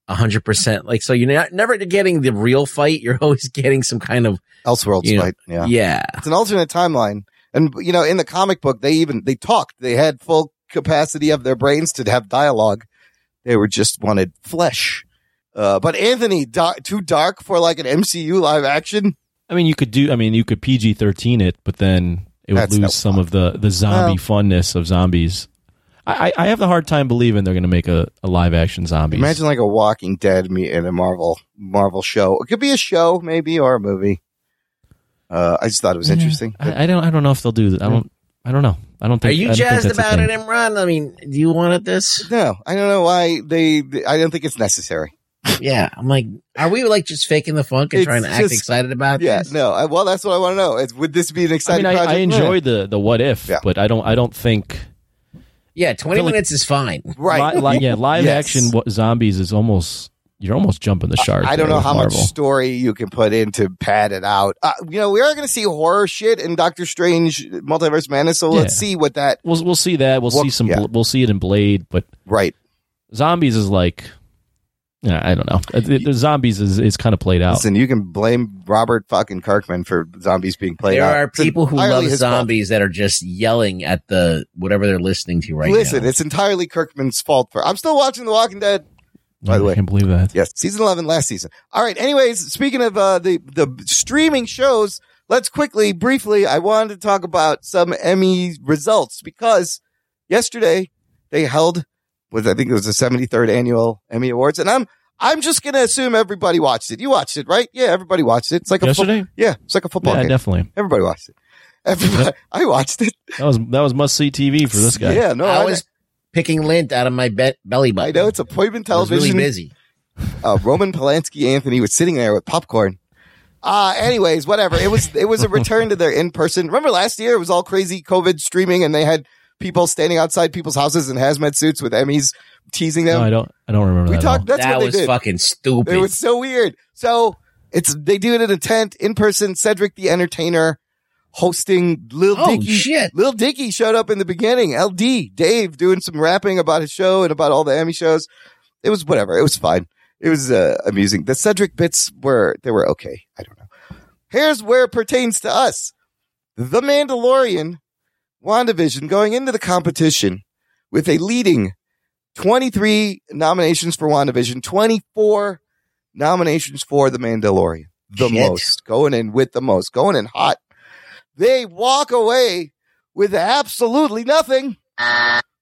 a hundred percent like, so you're not, never getting the real fight. You're always getting some kind of, Elseworlds, you know, right? Yeah. yeah. it's an alternate timeline, and you know, in the comic book, they even they talked. They had full capacity of their brains to have dialogue. They were just wanted flesh. Uh, but Anthony, dar- too dark for like an MCU live action. I mean, you could do. I mean, you could PG thirteen it, but then it would That's lose no some fun. of the the zombie funness of zombies. I, I I have a hard time believing they're going to make a, a live action zombies. Imagine like a Walking Dead meet in a Marvel Marvel show. It could be a show, maybe, or a movie. Uh, I just thought it was interesting. I, I don't. I don't know if they'll do that. I don't. I don't know. I don't Are think. I you don't think jazzed that's a about it, thing. Imran? I mean, do you want it this? no, I don't know why they. I don't think it's necessary. Yeah, I'm like, are we like just faking the funk and It's trying to act just- excited about Yeah, this? no. I, well, that's what I want to know. It's, would this be an I exciting mean, I, project? I enjoyed the the what if, Yeah. but I don't. I don't think. Yeah, 20 feel like- minutes is fine. right. Li- li- yeah, live Yes. action what, zombies is almost. You're almost jumping the shark. I don't there know with how Marvel. much story you can put in to pad it out. Uh, you know, we are going to see horror shit in Doctor Strange Multiverse Madness, so let's Yeah. see what that. We'll we'll see that. We'll Well, see some. yeah. bl We'll see it in Blade, but Right. zombies is like. Yeah, I don't know. Uh, The, the zombies is is kind of played out. Listen, you can blame Robert fucking Kirkman for zombies being played There out. are It's people who entirely love his fault. zombies that are just yelling at the whatever they're listening to right Listen, now. it's entirely Kirkman's fault for. I'm still watching The Walking Dead. by the way. I can't believe that. Yes, season 11 last season. All right. Anyways, speaking of uh, the the streaming shows, let's quickly, briefly, I wanted to talk about some Emmy results because yesterday they held was I think it was the 73rd annual Emmy Awards, and I'm I'm just gonna assume everybody watched it. You watched it, right? Yeah, everybody watched it. It's like a fo- Yesterday, yeah, it's like a football yeah, game. definitely. Everybody watched it. Everybody, I watched it. That was that was must see TV for this guy. Yeah, no, I I, was picking lint out of my be- belly I button. know it's appointment I was television. really busy. uh, Roman Polanski Anthony was sitting there with popcorn. Uh, anyways, whatever. It was it was a return to their in person. Remember last year it was all crazy COVID streaming and they had people standing outside people's houses in hazmat suits with Emmys teasing them. No, I don't. I don't remember we that. at talked. all. That's that what was they did. fucking stupid. It was so weird. So it's they do it in a tent in person. Cedric the Entertainer hosting Lil Oh, Dicky. shit. Lil Dicky showed up in the beginning. LD Dave doing some rapping about his show and about all the Emmy shows. It was whatever. It was fine. It was uh, amusing. The Cedric bits were they were okay. I don't know. Here's where it pertains to us. The Mandalorian, WandaVision going into the competition with a leading 23 nominations for WandaVision, 24 nominations for The Mandalorian. The Shit. most. Going in with the most. Going in hot. They walk away with absolutely nothing.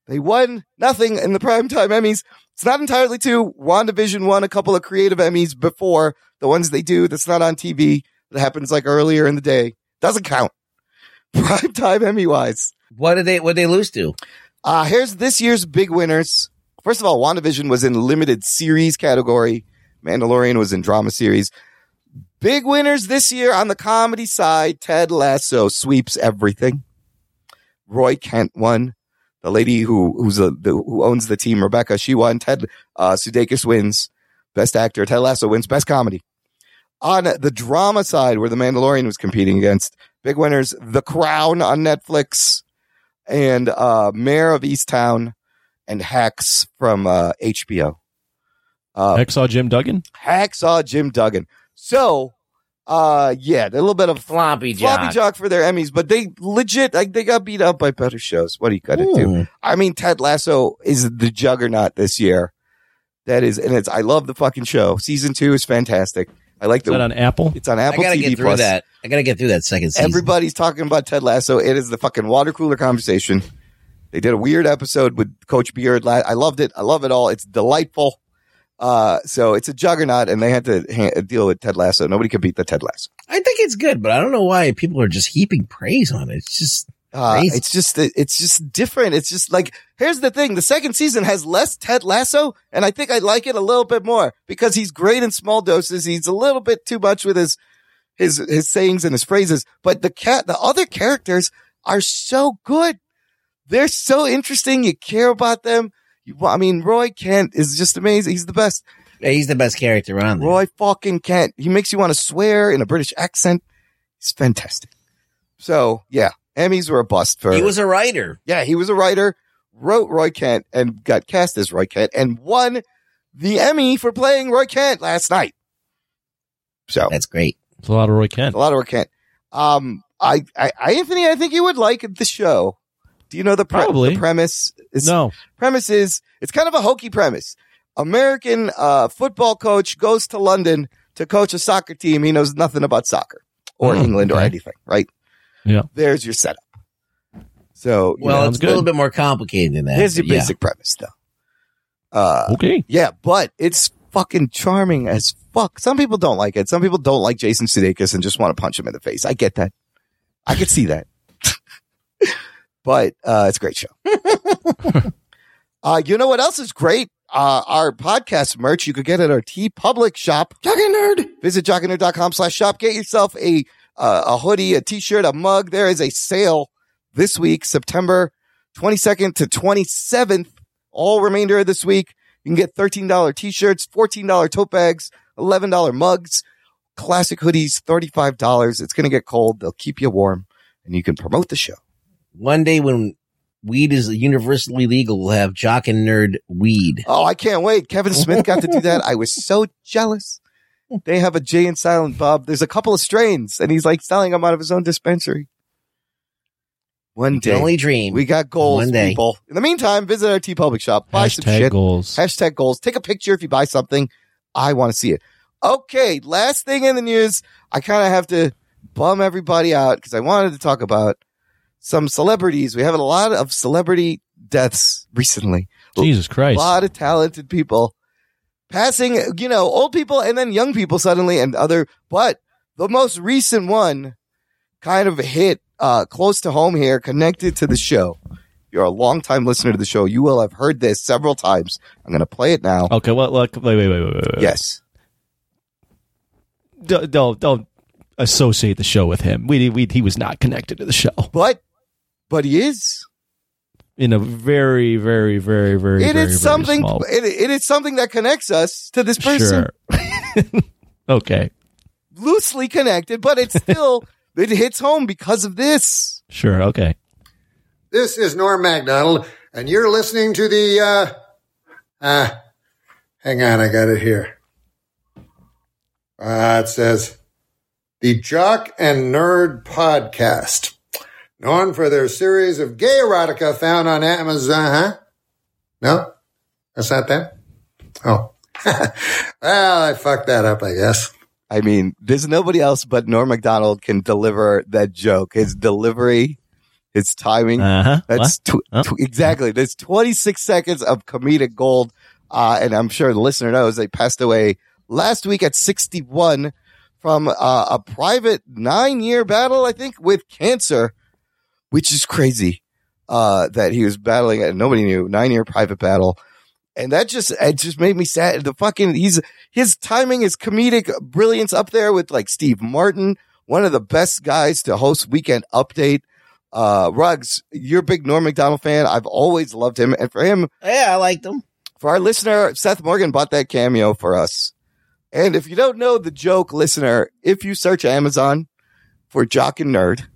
They won nothing in the primetime Emmys. It's not entirely true. WandaVision won a couple of creative Emmys before the ones they do that's not on TV that happens like earlier in the day. Doesn't count. Primetime Emmy wise. what did they what they lose to? Uh, here's this year's big winners. First of all, WandaVision was in limited series category. Mandalorian was in drama series. Big winners this year on the comedy side. Ted Lasso sweeps everything. Roy Kent won. The lady who who's a, the, who owns the team, Rebecca, she won. Ted uh, Sudeikis wins best actor. Ted Lasso wins best comedy. On the drama side, where the Mandalorian was competing against big winners, The Crown on Netflix and uh, Mayor of Easttown and Hacks from uh, HBO. Uh, Hacksaw Jim Duggan. Hacksaw Jim Duggan. So, uh, yeah, a little bit of Floppy jock. floppy jock for their Emmys, but they legit like they got beat up by better shows. What do you got to do? Hmm. I mean, Ted Lasso is the juggernaut this year. That is, and it's I love the fucking show. Season two is fantastic. I like Is that the. on Apple? It's on I Apple gotta TV get through Plus. that. I gotta get through that second season. Everybody's talking about Ted Lasso. It is the fucking water cooler conversation. They did a weird episode with Coach Beard. la- I loved it. I love it all. It's delightful. Uh, so it's a juggernaut, and they had to ha- deal with Ted Lasso. Nobody could beat the Ted Lasso. I think it's good, but I don't know why people are just heaping praise on it. It's just Uh, Crazy. it's just it's just different. It's just like here's the thing: the second season has less Ted Lasso, and I think I like it a little bit more because he's great in small doses. He's a little bit too much with his his his sayings and his phrases, but the cat the other characters are so good. They're so interesting. You care about them. You, I mean, Roy Kent is just amazing. He's the best. he's the best character on there. Roy fucking Kent. He makes you want to swear in a British accent. He's fantastic. So yeah, Emmys were a bust for. He was a writer. Yeah, he was a writer, wrote Roy Kent, and got cast as Roy Kent, and won the Emmy for playing Roy Kent last night. So That's great. It's a lot of Roy Kent. a lot of Roy Kent. Um, I, I, I, Anthony, I think you would like the show. Do you know the, pre- Probably. the premise? Is, No, Premise is it's kind of a hokey premise. American uh, football coach goes to London to coach a soccer team. He knows nothing about soccer or Mm, England or okay. anything, right? Yeah. There's your setup. So, you Well, know, sounds it's a little good. bit more complicated than that. here's your but yeah. basic premise, though. Uh, Okay. yeah, but it's fucking charming as fuck. Some people don't like it. Some people don't like Jason Sudeikis and just want to punch him in the face. I get that. I could see that. but uh, it's a great show. uh, you know what else is great? Uh, our podcast merch you could get at our T Public shop. Talking nerd. Visit jockandnerd.com slash shop. Get yourself a, uh, a hoodie, a t-shirt, a mug. There is a sale this week, September 22nd to 27th, all remainder of this week. You can get $13 t-shirts, $14 tote bags, $11 mugs, classic hoodies, $35. It's going to get cold. They'll keep you warm and you can promote the show. One day when weed is universally legal, we'll have jock and nerd weed. Oh, I can't wait. Kevin Smith got to do that. I was so jealous. They have a Jay and Silent Bob. There's a couple of strains, and he's like selling them out of his own dispensary. One You can day. only dream. we got goals, One day. people. In the meantime, visit our T Public shop. Buy some Hashtag shit. goals. Hashtag goals. Take a picture if you buy something. I want to see it. Okay, last thing in the news. I kind of have to bum everybody out because I wanted to talk about some celebrities. We have a lot of celebrity deaths recently. Jesus A Christ. lot of talented people passing, you know, old people and then young people suddenly and other, but the most recent one kind of hit uh, close to home here, connected to the show. If you're a longtime listener to the show, you will have heard this several times. I'm going to play it now. Okay, well, look, wait, wait, wait, wait, wait. wait. Yes. Don't, don't, don't associate the show with him. We, we, he was not connected to the show But, but he is. in a very, very, very, very, It very, very is something, small- it, it is something that connects us to this person. Sure. okay. Loosely connected, but it's still, it hits home because of this. Sure. Okay. This is Norm MacDonald, and you're listening to the. Uh, uh, hang on, I got it here. Uh, it says the Jock and Nerd Podcast, known for their series of gay erotica found on Amazon. Huh? No, that's not that. Oh, well, I fucked that up, I guess. I mean, there's nobody else but Norm MacDonald can deliver that joke. His delivery, his timing. Uh huh. Mm. that's tw- Huh? tw- exactly. There's 26 seconds of comedic gold. Uh, and I'm sure the listener knows they passed away last week at 61 from uh, a private nine year battle, I think, with cancer, which is crazy. Uh, that he was battling and nobody knew nine year private battle. And that just, it just made me sad. The fucking, he's, his timing is comedic brilliance up there with like Steve Martin, one of the best guys to host Weekend Update. Uh, Ruggs, you're a big Norm McDonald fan. I've always loved him. And for him, yeah, I liked them. for our listener, Seth Morgan bought that cameo for us. And if you don't know the joke, listener, if you search Amazon for Jock and Nerd,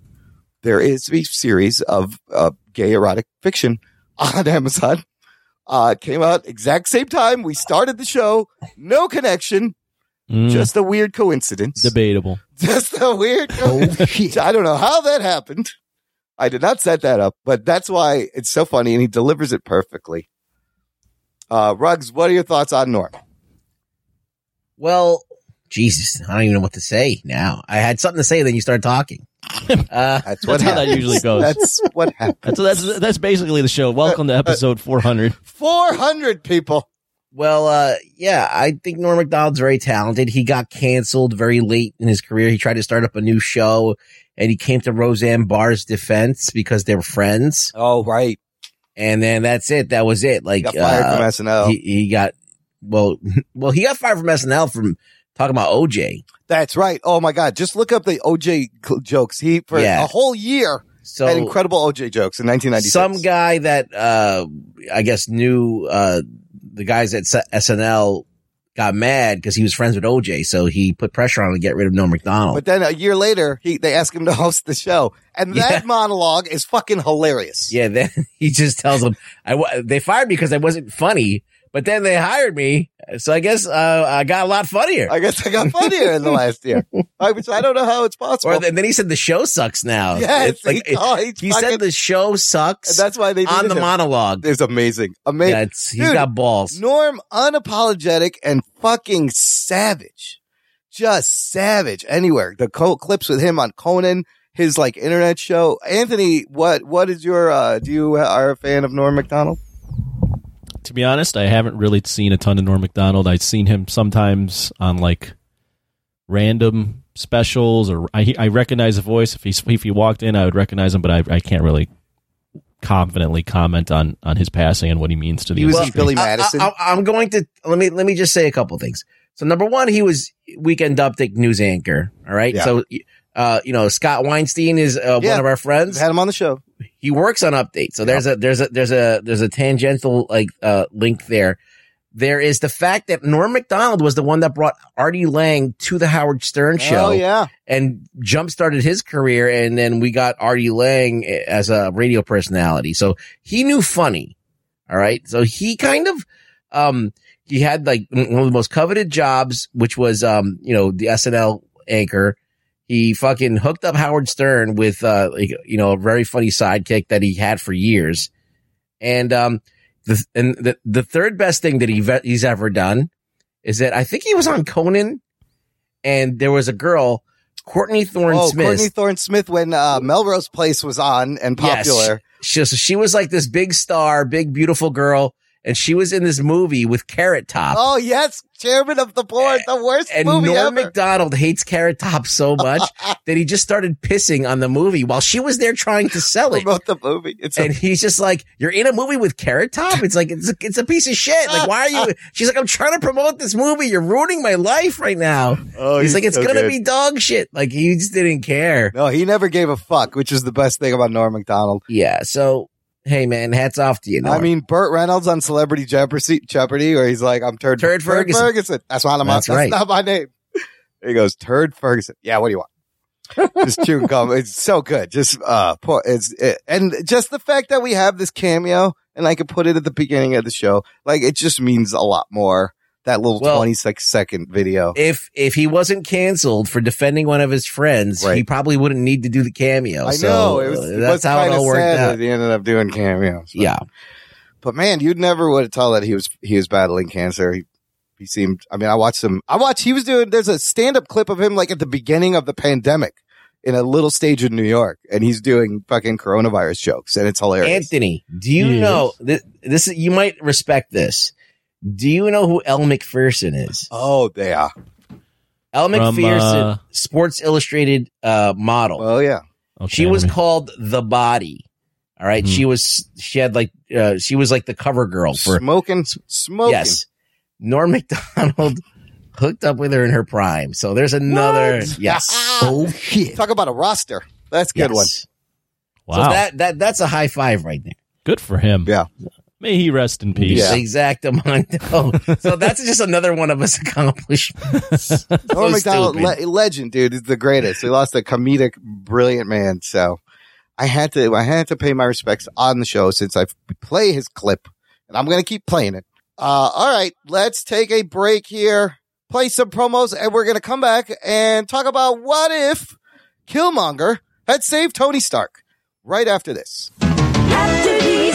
there is a series of uh, gay erotic fiction on Amazon. Uh, it came out exact same time we started the show. No connection, Mm, just a weird coincidence. debatable. Just a weird. I don't know how that happened. I did not set that up, but that's why it's so funny, and he delivers it perfectly. Uh, Ruggs, what are your thoughts on Norm? Well, Jesus, I don't even know what to say now. I had something to say, then you started talking. Uh, That's what That's how that happened. usually goes. That's what happened. That's, that's that's basically the show. Welcome to Uh, episode 400. Four hundred people. Well, uh, yeah, I think Norm MacDonald's very talented. He got canceled very late in his career. He tried to start up a new show and he came to Roseanne Barr's defense because they were friends. Oh right, And then that's it. That was it. he Like, got fired uh, from SNL. he, he got, well, well, he got fired from SNL from talking about OJ. that's right. Oh my God, just look up the OJ cl- jokes. He for Yeah. a whole year So had incredible OJ jokes in nineteen ninety. some guy that, uh, I guess knew, uh, the guys at S- SNL got mad because he was friends with OJ. So he put pressure on him to get rid of Norm MacDonald. But then a year later, he they ask him to host the show, and that Yeah. monologue is fucking hilarious. Yeah, then he just tells them, "I wa- they fired me because I wasn't funny, But then they hired me, so I guess uh, I got a lot funnier. I guess I got funnier in the last year. I, which I don't know how it's possible. Or then, then he said the show sucks now. Yes, It's like, he- oh, he's he fucking- said the show And sucks that's why they on needed the him. monologue. It's amazing, amazing. Yeah, it's, he's Dude, got balls. Norm, unapologetic and fucking savage. Just savage anywhere. The co- clips with him on Conan, his like internet show. Anthony, what what is your uh do you are a fan of Norm McDonald? to be honest, I haven't really seen a ton of Norm Macdonald. I've seen him sometimes on like random specials, or I, I recognize the voice. If he if he walked in, I would recognize him, but I, I can't really confidently comment on on his passing and what he means to the He was industry. in Billy I- I- Madison. I, am going to let me let me just say a couple things. So number one, he was weekend update news anchor. All right, Yeah. so uh, you know Scott Weinstein is uh, Yeah. one of our We've friends. had him on the show. He works on update. So there's a there's a there's a there's a tangential like uh, link there. There is the fact that Norm Macdonald was the one that brought Artie Lang to the Howard Stern show Oh yeah. and jump started his career. And then we got Artie Lang as a radio personality. So he knew funny. All right. So he kind of, um, he had like one of the most coveted jobs, which was, um, you know, the SNL anchor. He fucking hooked up Howard Stern with, uh, like, you know, a very funny sidekick that he had for years. And, um, the, and the, the third best thing that he, ve- he's ever done is that I think he was on Conan and there was a girl, Courtney Thorne oh, Smith. Courtney Thorne Smith when uh, Melrose Place was on and Yes. popular. she, so she was like this big star, big beautiful girl, and she was in this movie with Carrot Top. Oh yes, Chairman of the Board, the worst and movie Norm ever. Macdonald hates Carrot Top so much that he just started pissing on the movie while she was there trying to sell it. Promote the movie. It's And he's just like, "You're in a movie with Carrot Top. It's like it's a, it's a piece of shit. Like, why are you?" She's like, "I'm trying to promote this movie. You're ruining my life right now." oh, he's, like, "It's so gonna good. be dog shit." Like he just didn't care. No, he never gave a fuck, which is the best thing about Norm Macdonald. Yeah. So hey, man, hats off to you. Norm. I mean, Burt Reynolds on Celebrity Jeopardy, Jeopardy where he's like, I'm Turd, Turd Ferguson. That's why I'm That's That's, right. not my name. He goes, Turd Ferguson. Yeah, what do you want? just chewing gum. It's so good. Just, uh, poor, it's, it, and just the fact that we have this cameo and I could put it at the beginning of the show, like it just means a lot more. That little Well- 26 second video. if if he wasn't canceled for defending one of his friends, Right. he probably wouldn't need to do the cameo. I so know. It was, uh, it that's was how it kinda all worked sad out. that he ended up doing cameos. but- Yeah, But man, you never would have told that he was he was battling cancer. He, he seemed. I mean, I watched him. I watched. He was doing. There's a stand up clip of him like at the beginning of the pandemic in a little stage in New York, and he's doing fucking coronavirus jokes, and it's hilarious. Anthony, do you Yes. know this? This is- you might respect this. Do you know who El McPherson is? oh, they are. El From, McPherson, uh, Sports Illustrated uh, model. Oh yeah. Okay, she was let me- called the Body. All right, Hmm. she was she had like uh, she was like the cover girl Oh, for Smoking, smoking. yes. Norm Macdonald hooked up with her in her prime. So there's another yes. oh shit. Talk about a roster. That's a good one. wow, So that that that's a high five right there. good for him. Yeah. may he rest in peace. Yeah. Exactamundo. so that's just another one of his accomplishments. Norm So Macdonald, stupid. le- legend, dude, is the greatest. We lost a comedic, brilliant man. So I had to, I had to pay my respects on the show since I play his clip, and I'm gonna keep playing it. Uh, all right, let's take a break here, play some promos, and we're gonna come back and talk about what if Killmonger had saved Tony Stark. Right after this. After these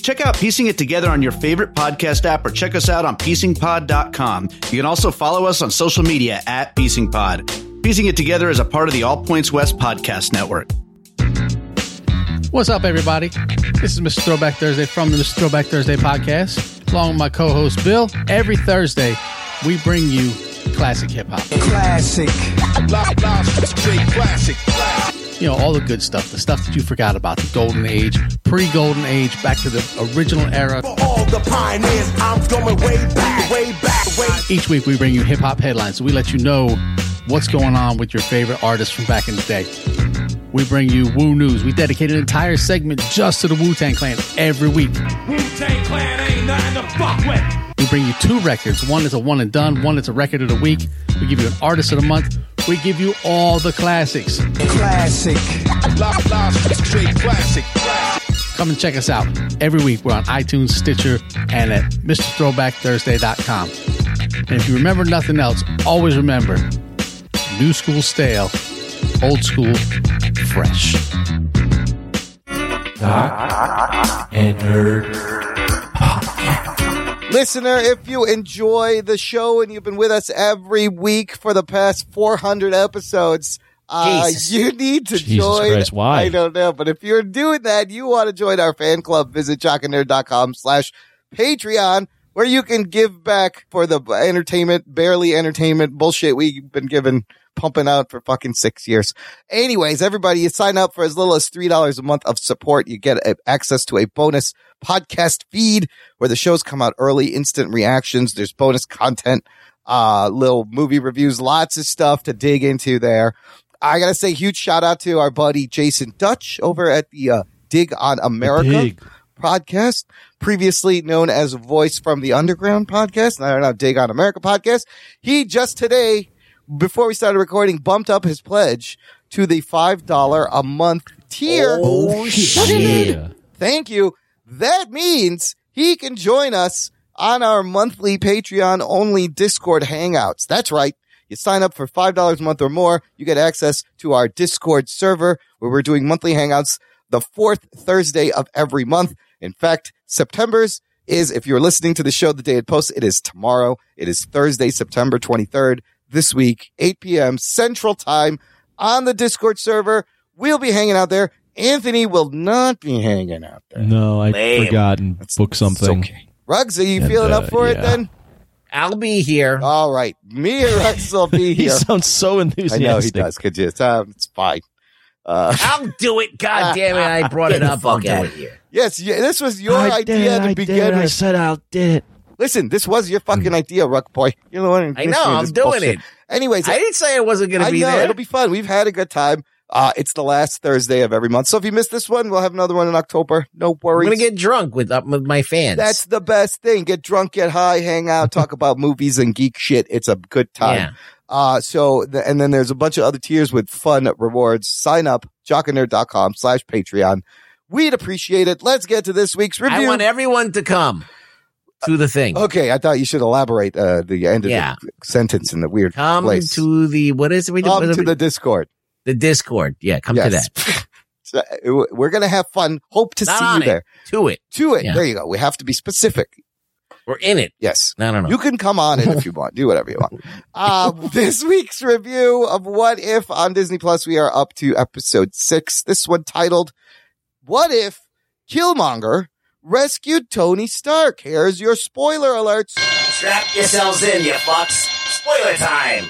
Check out Piecing It Together on your favorite podcast app or check us out on piecingpod.com. You can also follow us on social media at piecingpod. Piecing It Together is a part of the All Points West Podcast Network. What's up, everybody? This is Mr. Throwback Thursday from the Mr. Throwback Thursday podcast, along with my co host Bill. Every Thursday, we bring you classic hip hop. Classic. you know, all the good stuff, the stuff that you forgot about, the golden age, pre golden age, back to the original era. For all the pioneers, I'm going way back, way back, way Each week we bring you hip hop headlines. So we let you know what's going on with your favorite artists from back in the day. We bring you Woo News. We dedicate an entire segment just to the Wu Tang Clan every week. Wu-Tang Clan ain't nothing to fuck with. We bring you two records. One is a one and done, one is a record of the week. We give you an artist of the month. We give you all the classics. Classic. Live, live, straight classic. Come and check us out. Every week we're on iTunes, Stitcher, and at MrThrowbackThursday.com. And if you remember nothing else, always remember new school stale, old school fresh. and nerd. Listener, if you enjoy the show and you've been with us every week for the past 400 episodes, uh, Jesus. you need to Jesus join. Christ, why? I don't know, but if you're doing that, you want to join our fan club, visit jockandnerd.com slash Patreon, where you can give back for the entertainment, barely entertainment bullshit we've been given pumping out for fucking six years. Anyways, everybody, you sign up for as little as $3 a month of support. You get a- access to a bonus podcast feed where the shows come out early, instant reactions. There's bonus content, uh, little movie reviews, lots of stuff to dig into there. I gotta say, huge shout out to our buddy Jason Dutch over at the uh, Dig on America Dig. podcast, previously known as Voice from the Underground podcast, and I don't know Dig on America podcast. He just today, before we started recording, bumped up his pledge to the five dollar a month tier. Oh. Oh, Yeah. Thank you. That means he can join us on our monthly Patreon only Discord hangouts. That's right. You sign up for $5 a month or more, you get access to our Discord server where we're doing monthly hangouts the fourth Thursday of every month. In fact, September's is, if you're listening to the show the day it posts, it is tomorrow. It is Thursday, September 23rd, this week, 8 p.m. Central Time on the Discord server. We'll be hanging out there. Anthony will not be hanging out there. No, I Lame. forgot and booked something. Rugs, are you And, feeling uh, up for it yeah. then? I'll be here. All right. Me and Rugs will be He here. sounds so I enthusiastic. know he does. Could you? It's, um, it's fine. Uh, I'll do it. God damn it. I brought it up. I'll do it here. yes, yeah, this was your I did idea it, to I begin did it, with. I said I did it. Listen, this was your fucking idea, Ruck Boy. You're the one. who Mm. I introduced know, me to I'm this doing bullshit. it. Anyways, I didn't say I wasn't going to I be know there. it'll be fun. We've had a good time. Uh, it's the last Thursday of every month. So if you missed this one, we'll have another one in October. No I'm worries. going to get drunk with, up with my fans. That's the best thing. Get drunk, get high, hang out, talk about movies and geek shit. It's a good time. Yeah. Uh, so, the, and then there's a bunch of other tiers with fun rewards. Sign up, jockanerd.com slash Patreon. We'd appreciate it. Let's get to this week's review. I want everyone to come to the thing. okay. I thought you should elaborate, uh, the end of Yeah. the sentence in the weird Come place. to the what is it? We Come what is to it? the Discord. the Discord. Yeah, come to yes. that. So, uh, we're going to have fun. Hope to Not see on you it. there. To it. To it. Yeah. There you go. We have to be specific. We're in it. Yes. I don't know. You can come on it if you want. Do whatever you want. Uh, this week's review of What If on Disney Plus, we are up to episode six. This one titled What If Killmonger Rescued Tony Stark? Here's your spoiler alerts. Strap yourselves in, you fucks. Spoiler time.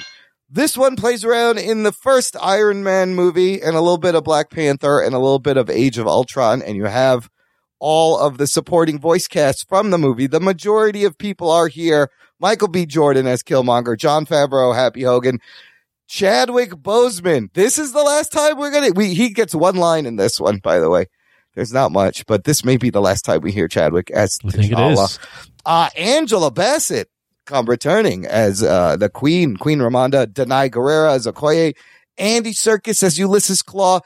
This one plays around in the first Iron Man movie and a little bit of Black Panther and a little bit of Age of Ultron. And you have all of the supporting voice cast from the movie. The majority of people are here. Michael B. Jordan as Killmonger, John Favreau, Happy Hogan, Chadwick Boseman. This is the last time we're going to, we, he gets one line in this one, by the way. There's not much, but this may be the last time we hear Chadwick as I think it T'Challa. is. Uh, Angela Bassett come returning as uh, the Queen, Queen Ramonda, Denai Guerrera as Okoye, Andy Serkis as Ulysses Claw,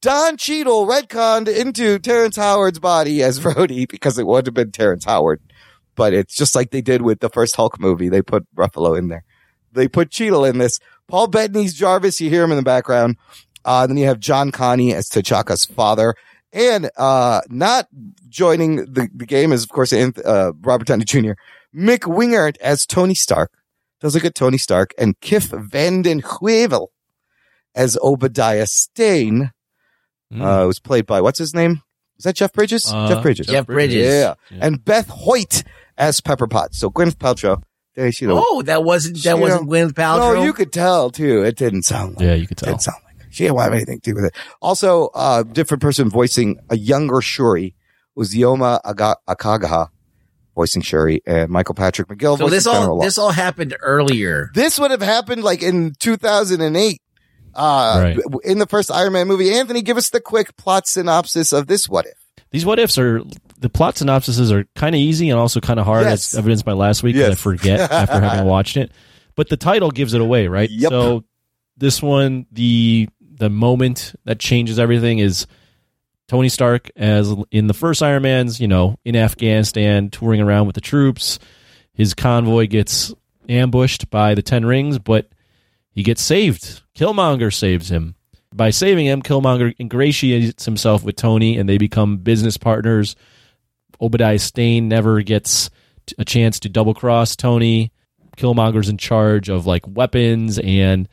Don Cheadle retconned into Terrence Howard's body as Rhodey because it would have been Terrence Howard. But it's just like they did with the first Hulk movie. They put Ruffalo in there. They put Cheadle in this. Paul Bettany's Jarvis. You hear him in the background. Uh, then you have John Connie as T'Chaka's father. And uh, not joining the, the game is, of course, Anth- uh, Robert Downey Jr. Mick Wingert as Tony Stark does a good Tony Stark, and Kif Vanden Heuvel as Obadiah Stane, Hmm. uh, was played by what's his name? Is that Jeff Bridges? Uh, Jeff Bridges. Jeff Bridges. Yeah. Yeah. and Beth Hoyt as Pepper Potts. So Gwyneth Paltrow. There she oh, that wasn't that She wasn't Gwyneth Paltrow. No, you could tell too. It didn't sound. Like Yeah, you could It tell. didn't sound like. her. She didn't want anything to do with it. Also, a uh, different person voicing a younger Shuri was Yoma Aga- Akagaha voicing Shuri and Michael Patrick McGill. So voicing this all General Locke. this all happened earlier. This would have happened like in 2008. Uh, Right. w- in the first Iron Man movie, Anthony, give us the quick plot synopsis of this what if. These what ifs are the plot synopsises are kind of easy and also kind of hard, Yes. as evidenced by last week. 'cause I Yes. forget after having watched it, but the title gives it away, right? Yep. So this one, the the moment that changes everything is Tony Stark as in the first Iron Man's, you know, in Afghanistan touring around with the troops. His convoy gets ambushed by the Ten Rings, but he gets saved. Killmonger saves him. By saving him, Killmonger ingratiates himself with Tony and they become business partners. Obadiah Stane never gets t- a chance to double cross Tony. Killmonger's in charge of like weapons and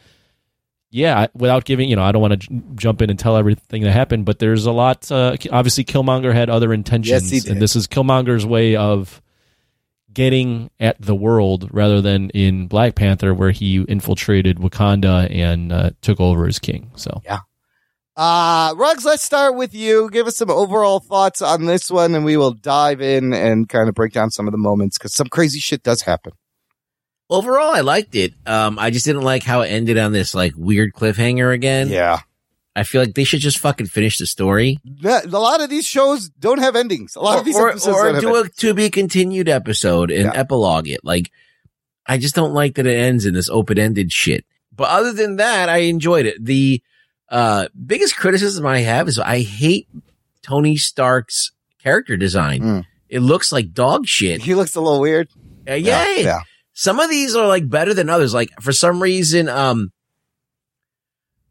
yeah, without giving, you know, I don't want to j- jump in and tell everything that happened, but there's a lot. Uh, obviously, Killmonger had other intentions, Yes, he did. and this is Killmonger's way of getting at the world rather than in Black Panther, where he infiltrated Wakanda and uh, took over as king. So, Uh, Ruggs, let's start with you. Give us some overall thoughts on this one and we will dive in and kind of break down some of the moments because some crazy shit does happen. Overall, I liked it. Um, I just didn't like how it ended on this like weird cliffhanger again. yeah. I feel like they should just fucking finish the story. That- a lot of these shows don't have endings. A lot or, of these or- episodes or don't have do a to be continued episode and Yeah. epilogue it. Like, I just don't like that it ends in this open ended shit. But other than that, I enjoyed it. The uh, biggest criticism I have is I hate Tony Stark's character design. Mm. It looks like dog shit. endings. He looks a little weird. Uh, yay! yeah. Some of these are like better than others. Like for some reason, um,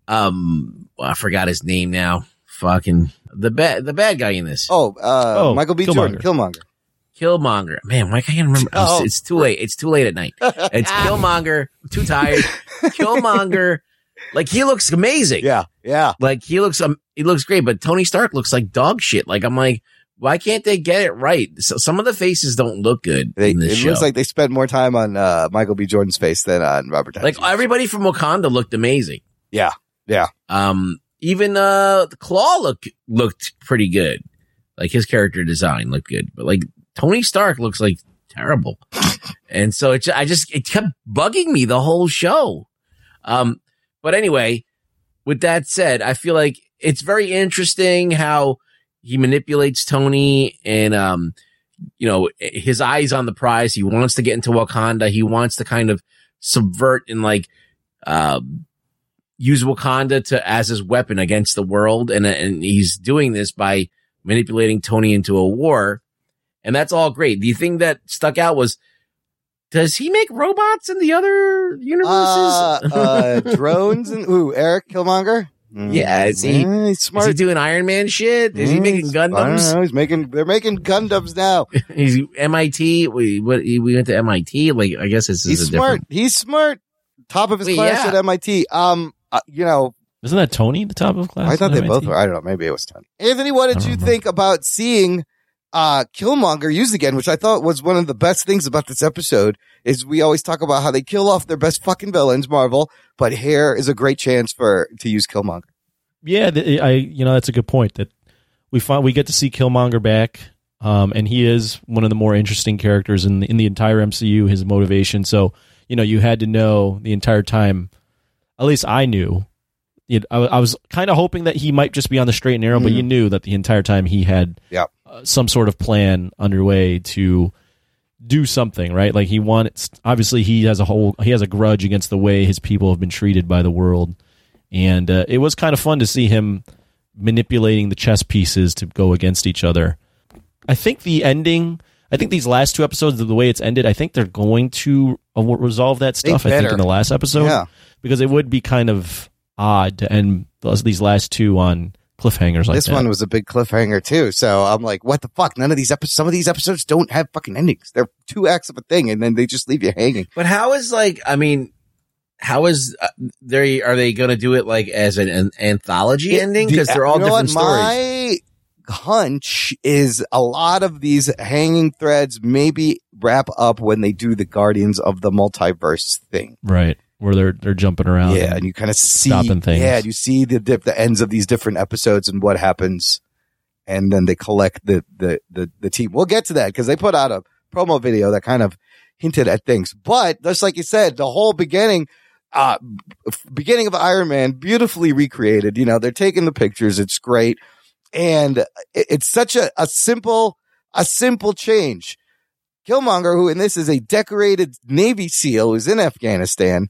um, I forgot his name now. Fucking the bad, the bad guy in this. Oh, uh, Oh, Michael B. Jordan, Killmonger. Killmonger. Man, why can't I remember? I'm s- Oh. It's too late. It's too late at night. It's Killmonger. I'm too tired. Killmonger. Like he looks amazing. Yeah. Yeah. Like he looks um, he looks great, but Tony Stark looks like dog shit. Like I'm like, why can't they get it right? So, some of the faces don't look good They, in this it show. looks like they spent more time on uh, Michael B. Jordan's face than on Robert Downey. like everybody from Wakanda looked amazing. Yeah, yeah. Um, even uh, the Claw look looked pretty good. Like his character design looked good, but like Tony Stark looks like terrible. and so it, ju- I just it kept bugging me the whole show. Um, but anyway, with that said, I feel like it's very interesting how he manipulates Tony and um, you know, eh, his eyes on the prize. He wants to get into Wakanda. He wants to kind of subvert and like um use Wakanda to as his weapon against the world and eh, and he's doing this by manipulating Tony into a war and that's all great. The thing that stuck out was does he make robots in the other universes? uh, uh, drones and ooh, Eric Killmonger. Mm. Yeah, is he- Yeah, he's Is smart. he doing Iron Man shit? Is he Mm, making I don't Gundams? know, he's making they're making Gundams now. He's MIT. We what he- we went to MIT. Like I guess this he's is a smart. different. He's smart. Top of his Well, class yeah. at MIT. Um, uh, you know, isn't that Tony the top of class? I thought in they MIT? both were. I don't know. Maybe it was Tony. Anthony, what I did don't you remember. think about seeing uh, Killmonger used again? Which I thought was one of the best things about this episode. Is we always talk about how they kill off their best fucking villains, Marvel, but here is a great chance for to use Killmonger. Yeah, th- I you know that's a good point that we find we get to see Killmonger back, um, and he is one of the more interesting characters in the, in the entire MCU. His motivation, so you know, you had to know the entire time. At least I knew. You know, I, wa- I was kind of hoping that he might just be on the straight and narrow, but you knew that the entire time he had Mm. Yep. uh, some sort of plan underway to do something right. Like he wants. Obviously, he has a whole he has a grudge against the way his people have been treated by the world and uh, it was kind of fun to see him manipulating the chess pieces to go against each other. I think the ending, I think these last two episodes, the way it's ended, I think they're going to uh, resolve that They stuff. I think better. in the last episode, Yeah. because it would be kind of odd to end those- these last two on cliffhangers like this that. one was a big cliffhanger too. So I'm like, what the fuck? None of these episodes, some of these episodes don't have fucking endings. They're two acts of a thing, and then they just leave you hanging. But how is like? I mean, how is uh, they are they going to do it like as an, an anthology ending because they're all You know different what? stories? My hunch is a lot of these hanging threads maybe wrap up when they do the Guardians of the Multiverse thing. right? where they're they're jumping around. yeah, and you kind of see stopping things. Yeah, you see the dip, the ends of these different episodes and what happens, and then they collect the the the, the team. We'll get to that because they put out a promo video that kind of hinted at things. But just like you said, the whole beginning, uh, f- beginning of Iron Man, beautifully recreated. You know, they're taking the pictures. It's great, and it, it's such a, a simple a simple change. Killmonger, who in this is a decorated Navy SEAL who's in Afghanistan,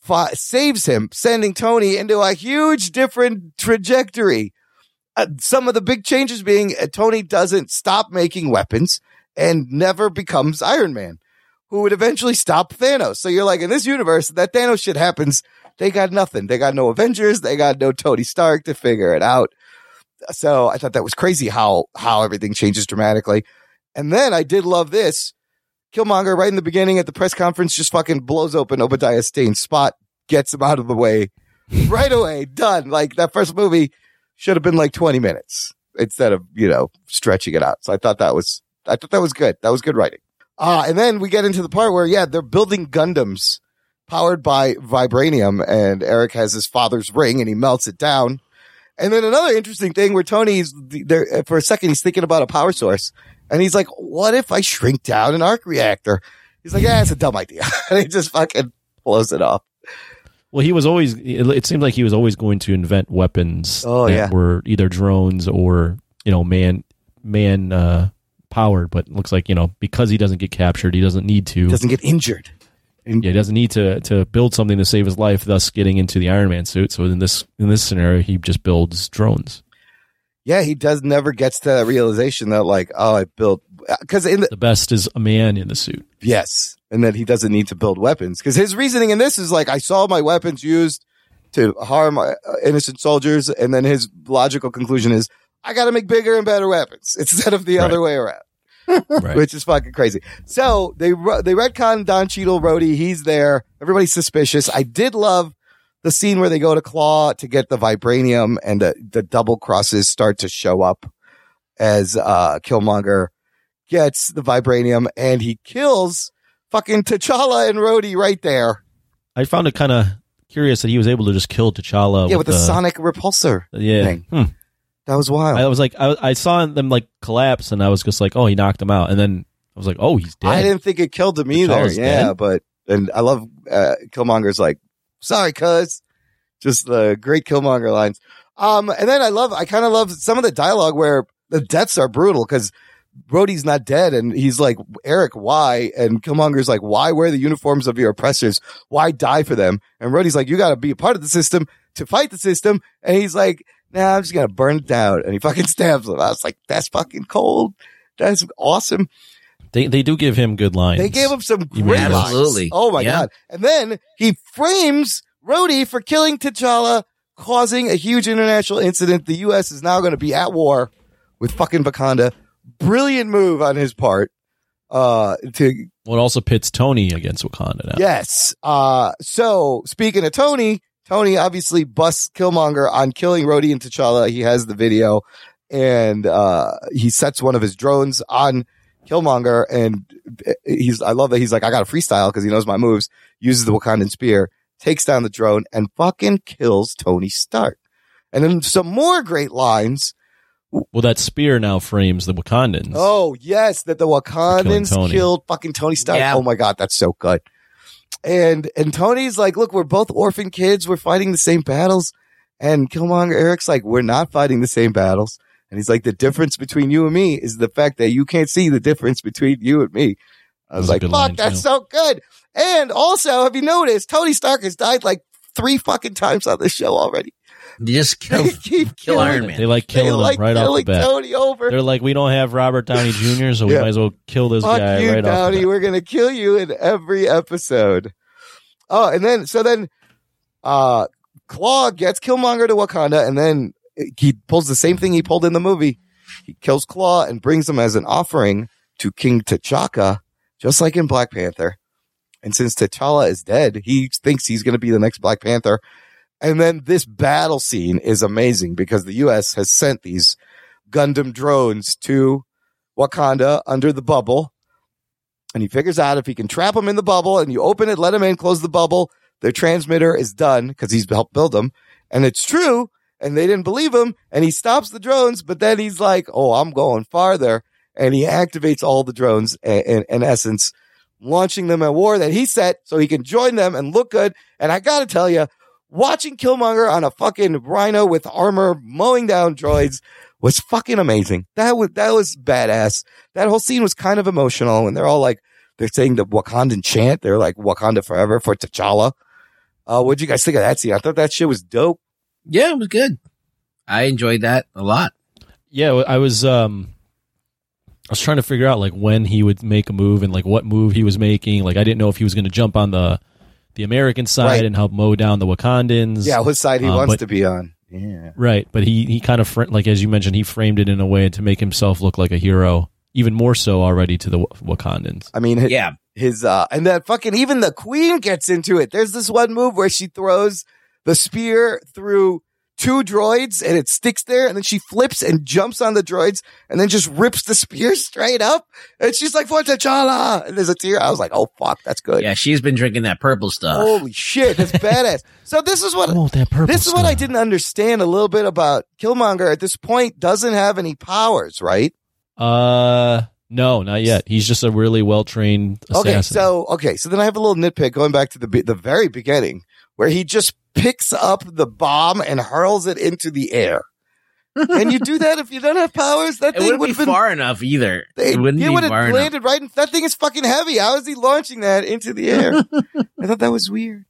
fi- saves him, sending Tony into a huge different trajectory. Uh, some of the big changes being uh, Tony doesn't stop making weapons and never becomes Iron Man, who would eventually stop Thanos. So you're like, in this universe, that Thanos shit happens. They got nothing. They got no Avengers. They got no Tony Stark to figure it out. So I thought that was crazy how how everything changes dramatically. And then I did love this. Killmonger, right in the beginning at the press conference, just fucking blows open Obadiah Stane's spot, gets him out of the way right away. Done. Like that first movie should have been like 20 minutes instead of, you know, stretching it out. So I thought that was, I thought that was good. That was good writing. Uh, and then we get into the part where, yeah, they're building Gundams powered by vibranium and Eric has his father's ring and he melts it down. And then another interesting thing where Tony's there for a second, he's thinking about a power source and he's like, what if I shrink down an arc reactor? He's like, yeah, it's a dumb idea. and he just fucking blows it off. Well, he was always. It it seemed like he was always going to invent weapons Oh, that yeah. were either drones or you know man man uh, powered. But it looks like you know because he doesn't get captured, he doesn't need to. Doesn't get injured. yeah, he doesn't need to to build something to save his life. Thus, getting into the Iron Man suit. So in this in this scenario, he just builds drones. Yeah, he does never gets to that realization that like, oh, I built because in the The best is a man in the suit. yes, and that he doesn't need to build weapons because his reasoning in this is like, I saw my weapons used to harm uh, innocent soldiers, and then his logical conclusion is, I got to make bigger and better weapons instead of the other way around. Right. which is fucking crazy. So they ru- they retcon Don Cheadle, Rhodey. He's there. Everybody's suspicious. I did love the scene where they go to Claw to get the vibranium, and the the double crosses start to show up as uh, Killmonger gets the vibranium, and he kills fucking T'Challa and Rhodey right there. I found it kind of curious that he was able to just kill T'Challa. uh, yeah, Uh, with the, sonic repulsor. yeah. thing. Hmm. That was I wild. was like, I, I saw them like collapse, and I was just like, oh, he knocked him out, and then I was like, oh, he's dead. I, didn't think it killed him either. T'Challa's Yeah, dead? but and I love uh, Killmonger's like, sorry, cuz. just the great Killmonger lines. Um, and then I love, I kind of love some of the dialogue where the deaths are brutal because Brody's not dead and he's like, Eric, why? And Killmonger's like, why wear the uniforms of your oppressors? Why die for them? And Brody's like, you got to be a part of the system to fight the system. And he's like, nah, I'm just going to burn it down. And he fucking stabs him. I was like, that's fucking cold. That's awesome. They they do give him good lines. They gave him some You great mean- lines. Absolutely. Oh my Yeah. god! And then he frames Rhodey for killing T'Challa, causing a huge international incident. The U.S. is now going to be at war with fucking Wakanda. Brilliant move on his part. Uh, to Well, it also pits Tony against Wakanda now. yes. Uh, so speaking of Tony, Tony obviously busts Killmonger on killing Rhodey and T'Challa. He has the video, and uh, he sets one of his drones on Killmonger, and eh, he's I love that he's like I got to freestyle because he knows my moves. Uses the Wakandan spear, takes down the drone, and fucking kills Tony Stark. And then some more great lines. Well, that spear now frames the Wakandans. Oh yes, that the Wakandans Tony. killed fucking Tony Stark. Yeah. Oh my god, that's so good. And and Tony's like, look, we're both orphan kids. We're fighting the same battles. And Killmonger Eric's like, we're not fighting the same battles. And he's like, the difference between you and me is the fact that you can't see the difference between you and me. I was That was a like, good fuck, line, that's too. so good. And also, have you noticed Tony Stark has died like three fucking times on this show already? Just kill, They keep kill killing Iron him. Man. They like killing They like him right off the killing bat. Tony over. They're like, we don't have Robert Downey Jr., so we Yeah. might as well kill this Fuck guy you, right off. Downey. The bat. We're gonna kill you in every episode. Oh, and then so then, uh, Claw gets Killmonger to Wakanda, and then he pulls the same thing he pulled in the movie. He kills Claw and brings him as an offering to King T'Chaka, just like in Black Panther. And since T'Challa is dead, he thinks he's going to be the next Black Panther. And then this battle scene is amazing because the U.S. has sent these Gundam drones to Wakanda under the bubble. And he figures out if he can trap him in the bubble and you open it, let him in, close the bubble, Their transmitter is done because he's helped build them, and it's true. And they didn't believe him, and he stops the drones. But then he's like, "Oh, I'm going farther," and he activates all the drones. And in, in essence, launching them at war that he set so he can join them and look good. And I gotta tell you, watching Killmonger on a fucking rhino with armor mowing down droids was fucking amazing. That was that was badass. That whole scene was kind of emotional, and they're all like, they're saying the Wakandan chant. They're like Wakanda forever for T'Challa. Uh, what'd you guys think of that scene? I thought that shit was dope. Yeah, it was good. I enjoyed that a lot. Yeah, I was um I was trying to figure out like when he would make a move and like what move he was making. Like I didn't know if he was going to jump on the the American side Right. and help mow down the Wakandans. Yeah, what side he Uh, wants but- to be on. Yeah. Right, but he he kind of fr- like as you mentioned, he framed it in a way to make himself look like a hero, even more so already to the Wa- Wakandans. I mean, his, Yeah. his uh, and that fucking even the queen gets into it. There's this one move where she throws the spear through two droids and it sticks there, and then she flips and jumps on the droids, and then just rips the spear straight up, and she's like for T'Challa, and there's a tear. I was like, oh fuck, that's good. Yeah, she's been drinking that purple stuff. Holy shit, that's badass. So this is what I want that purple. this is what I stuff. didn't understand a little bit about Killmonger. At this point, doesn't have any powers, right? Uh, no, not yet. He's just a really well trained assassin. Okay, so okay, so then I have a little nitpick going back to the be- the very beginning where he just picks up the bomb and hurls it into the air. Can you do that if you don't have powers? That it thing wouldn't would be have been far enough either. They, it wouldn't it be would have far enough. landed right. In, that thing is fucking heavy. How is he launching that into the air? I thought that was weird.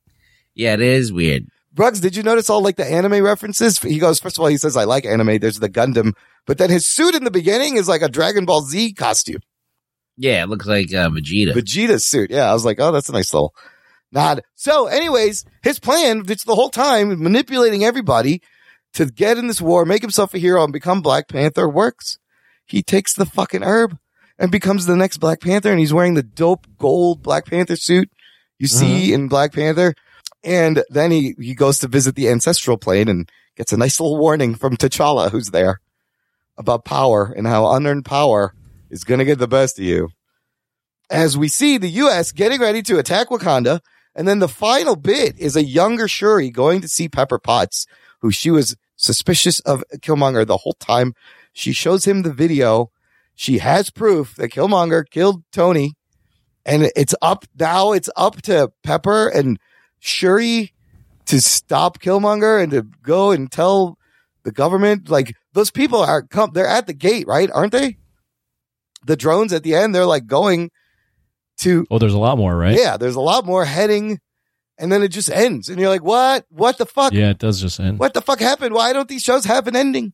Yeah, it is weird. Bruggs, did you notice all like the anime references? He goes, first of all, he says, I like anime. There's the Gundam, but then his suit in the beginning is like a Dragon Ball Z costume. Yeah, it looks like uh, Vegeta. Vegeta's suit. Yeah, I was like, oh, that's a nice little nod. So, anyways, his plan, it's the whole time manipulating everybody to get in this war, make himself a hero, and become Black Panther works. He takes the fucking herb and becomes the next Black Panther, and he's wearing the dope gold Black Panther suit you see in Black Panther. And then he, he goes to visit the ancestral plane and gets a nice little warning from T'Challa, who's there, about power and how unearned power is going to get the best of you as we see the U.S. getting ready to attack Wakanda. And then the final bit is a younger Shuri going to see Pepper Potts, who she was suspicious of Killmonger the whole time. She shows him the video. She has proof that Killmonger killed Tony. And it's up now, it's up to Pepper and Shuri to stop Killmonger and to go and tell the government. Like those people are come, they're at the gate, right? Aren't they? The drones at the end, they're like going to oh, there's a lot more, right? yeah, there's a lot more heading, and then it just ends, and you're like, what? What the fuck? Yeah, it does just end. What the fuck happened? Why don't these shows have an ending?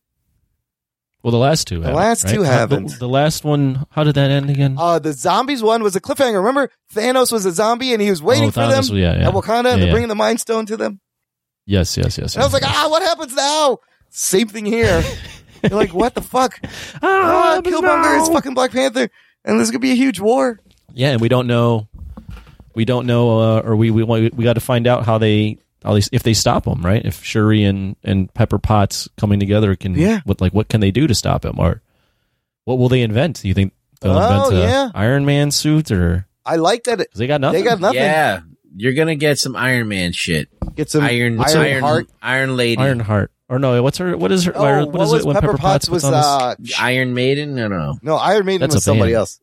Well, the last two. The last two The, haven't. the last one. How did that end again? Uh, the zombies one was a cliffhanger. Remember, Thanos was a zombie, and he was waiting Oh, for Thanos them was- yeah, yeah. at Wakanda, Yeah, and they're yeah. bringing the Mind Stone to them. yes, yes, yes. And I was yes, like, ah, what happens now? Same thing here. you're like, what the fuck? yes. Ah, Ah, but Killmonger no! is fucking Black Panther, and there's gonna be a huge war. Yeah, and we don't know. We don't know, uh, or we we want, we got to find out how they how they if they stop him, right? If Shuri and and Pepper Potts coming together can, Yeah. What like what can they do to stop him, or what will they invent? Do you think they'll Oh, invent a yeah. Iron Man suit, or I like that. it- 'cause they got nothing? They got nothing. Yeah, you're gonna get some Iron Man shit. Get some Iron, Iron, Iron, Heart. Iron Lady, Iron Iron, Heart, or no? What's her? What is her? Oh, or what what is was it when Pepper, Potts, was? on this- Uh, Maiden. I don't know. No, Iron Maiden That's was a somebody band. else.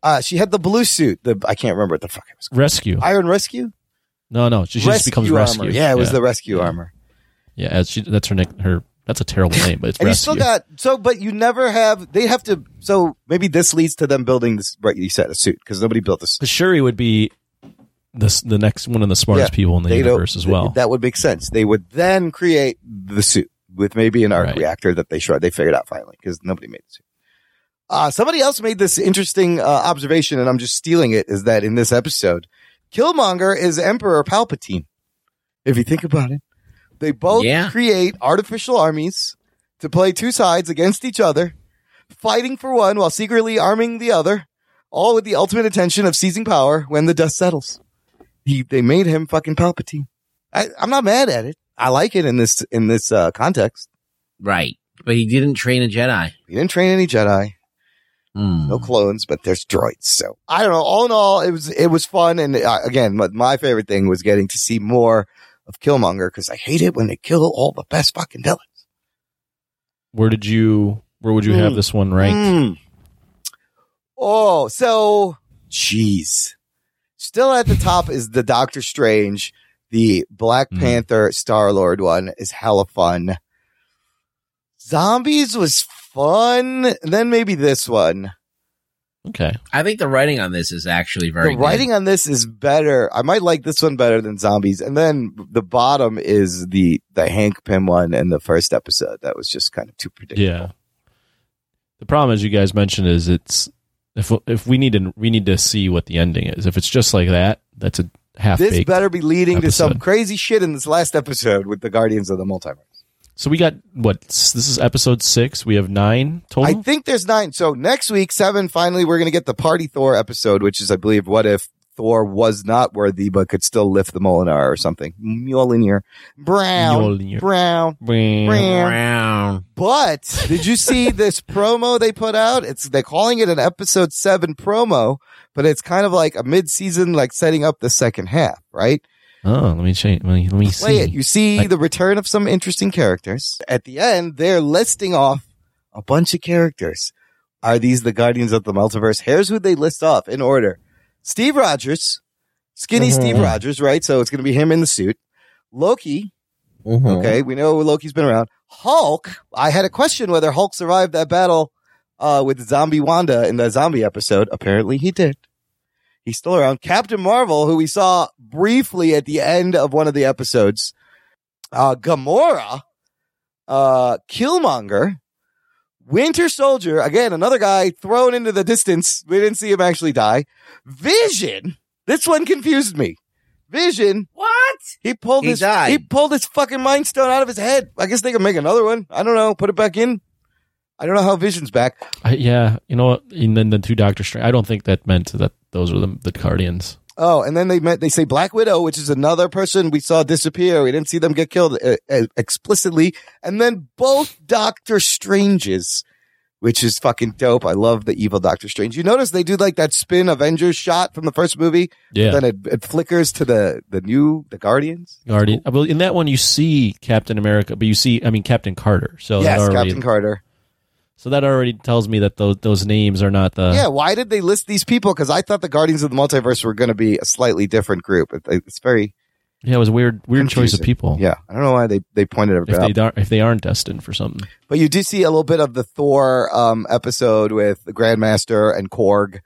Uh, she had the blue suit. The I can't remember what the fuck it was. Called. Rescue? Iron Rescue. No, no, she, she just becomes armor. rescue. Yeah, it was the rescue armor. yeah. as she, that's her nick. Her that's a terrible name, but it's And you rescue. still got so, but you never have. They have to. So maybe this leads to them building this. Right, you said a suit because nobody built this. But Shuri would be the s- the next one of the smartest people in the universe as well. That would make sense. They would then create the suit with maybe an arc Right. reactor that they shred. They figured out finally because nobody made the suit. Uh, somebody else made this interesting uh, observation, and I'm just stealing it. Is that in this episode, Killmonger is Emperor Palpatine? If you think about it, they both Yeah. create artificial armies to play two sides against each other, fighting for one while secretly arming the other, all with the ultimate intention of seizing power when the dust settles. He, they made him fucking Palpatine. I, I'm not mad at it. I like it in this in this uh, context. Right, but he didn't train a Jedi. Hmm. He didn't train any Jedi. no clones, but there's droids. So I don't know. All in all, it was it was fun, and uh, again, my, my favorite thing was getting to see more of Killmonger because I hate it when they kill all the best fucking villains. Where did you? Where would you have this one Mm. ranked? Oh, so jeez. Still at the top is the Doctor Strange, the Black Mm. Panther Star Lord one is hella fun. Zombies was fun. And then maybe this one. Okay. I think the writing on this is actually very the good. writing on this is better. I might like this one better than zombies. And then the bottom is the the Hank Pym one and the first episode. That was just kind of too predictable. Yeah. The problem, as you guys mentioned, is it's if if we need to we need to see what the ending is. If it's just like that, that's a half This baked. better be leading to some episode. crazy shit in this last episode with the Guardians of the Multiverse. So we got what s- this is episode six. We have nine I total. think there's nine. So next week, seven, finally, we're going to get the Party Thor episode, which is, I believe, what if Thor was not worthy but could still lift the Molinar or something. Mjolnir. Brown. Mjolnir. Brown. Brown. Brown. But did you see this promo they put out? It's they're calling it an episode seven promo, but it's kind of like a mid-season, like setting up the second half, right? oh, let me change. Let me, let me Play see. it. You see Like- the return of some interesting characters. At the end, they're listing off a bunch of characters. Are these the Guardians of the Multiverse? Here's who they list off in order: Steve Rogers, skinny Mm-hmm. Steve Rogers, right? So it's going to be him in the suit. Loki, Mm-hmm. Okay, we know Loki's been around. Hulk, I had a question whether Hulk survived that battle uh, with Zombie Wanda in the zombie episode. Apparently, he did. He's still around. Captain Marvel, who we saw briefly at the end of one of the episodes. Uh, Gamora, uh, Killmonger, Winter Soldier, again, another guy thrown into the distance. We didn't see him actually die. Vision, this one confused me. Vision, What? he pulled He his died. he pulled his fucking mind stone out of his head. I guess they can make another one. I don't know. Put it back in. I don't know how Vision's back. I, yeah, you know what? And then the two Doctor Strange. I don't think that meant that those were the, the Guardians. Oh, and then they met, they say Black Widow, which is another person we saw disappear. We didn't see them get killed uh, uh, explicitly. And then both Doctor Stranges, which is fucking dope. I love the evil Doctor Strange. You notice they do like that spin Avengers shot from the first movie. Yeah, Then it, it flickers to the, the new, the Guardians. Guardian. I believe in that one you see Captain America, but you see, I mean Captain Carter. So that yes, already, Captain Carter. so that already tells me that those those names are not the. yeah, why did they list these people? Because I thought the Guardians of the Multiverse were going to be a slightly different group. It- It's very Yeah, it was a weird weird choice of confusing. people. Yeah, I don't know why they they pointed it if out. they don't, if they aren't destined for something. But you do see a little bit of the Thor um, episode with the Grandmaster and Korg.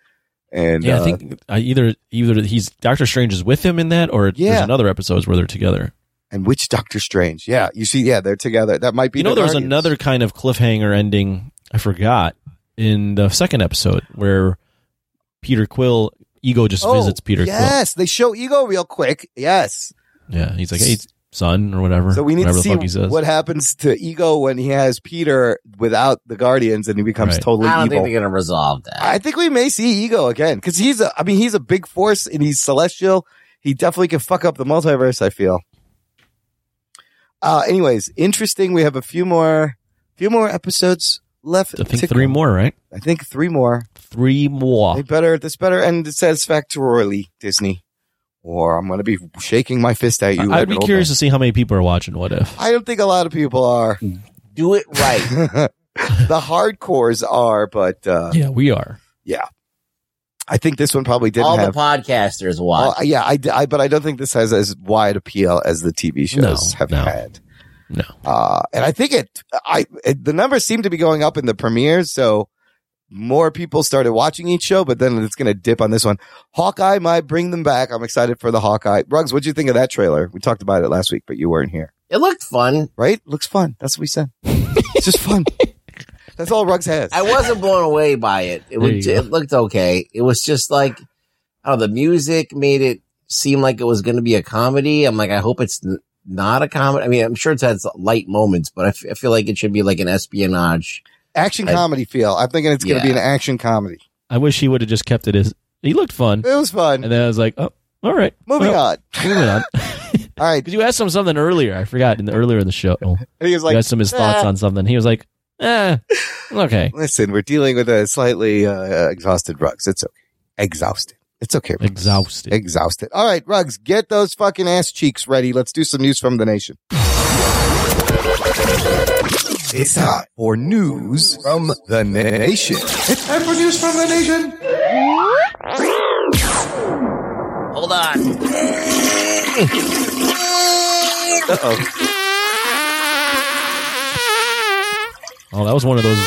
And Yeah, uh, I think I either either he's Doctor Strange is with him in that, or Yeah. there's another episodes where they're together. and which Doctor Strange? Yeah, you see, yeah, they're together. That might be. you know, the there was Guardians. another kind of cliffhanger ending. I forgot in the second episode where Peter Quill ego just Oh, visits Peter Yes, they show Ego real quick. Yes, Quill. Yeah, he's like, "Hey, son," or whatever. so we need whatever the to fuck he see says. what happens to Ego when he has Peter without the Guardians, and he becomes Right. totally I don't evil. think they're going to resolve that. I think we may see Ego again because he's a. I mean, he's a big force and he's celestial. He definitely can fuck up the multiverse. I feel. Uh, anyways, interesting. We have a few more, few more episodes left. I think to three go. more, Ah. right? I think three more. Three more. They better. This better end satisfactorily, Disney, or I'm gonna be shaking my fist at you. I- like I'd be an old curious man. to see how many people are watching. What if? I don't think a lot of people are. Do it right. the hardcores are, but uh, yeah, we are. I think this one probably didn't All have the podcasters Well, watch. yeah, I, I- but I don't think this has as wide appeal as the TV shows No, have no. had. No. Uh, and I think it, I, it, the numbers seem to be going up in the premieres. So more people started watching each show, but then it's going to dip on this one. Hawkeye might bring them back. I'm excited for the Hawkeye. Ruggs, what'd you think of that trailer? We talked about it last week, but you weren't here, it looked fun. right? Looks fun. That's what we said. it's just fun. That's all Ruggs has. I wasn't blown away by it. It, was, you go. it looked okay. It was just like, oh, the music made it seem like it was going to be a comedy. I'm like, I hope it's n- not a comedy. I mean, I'm sure it's had light moments, but I, f- I feel like it should be like an espionage. action I- comedy feel. I'm thinking it's going to be Yeah. an action comedy. I wish he would have just kept it as he looked fun, It was fun. and then I was like, "Oh, all right, Moving well, on. moving on." All right. Because you asked him something earlier, I forgot in the earlier in the show. And he was you like, eh. asked him his thoughts on something. He was like, eh, okay. Listen, we're dealing with a slightly uh, exhausted Rugs. It's okay. Exhausted. It's okay. Rugs. Exhausted. Exhausted. All right, Rugs, get those fucking ass cheeks ready. Let's do some news from the nation. It's time for news from the nation. It's time for news from the nation. Hold on. Uh oh. Oh, that was one of those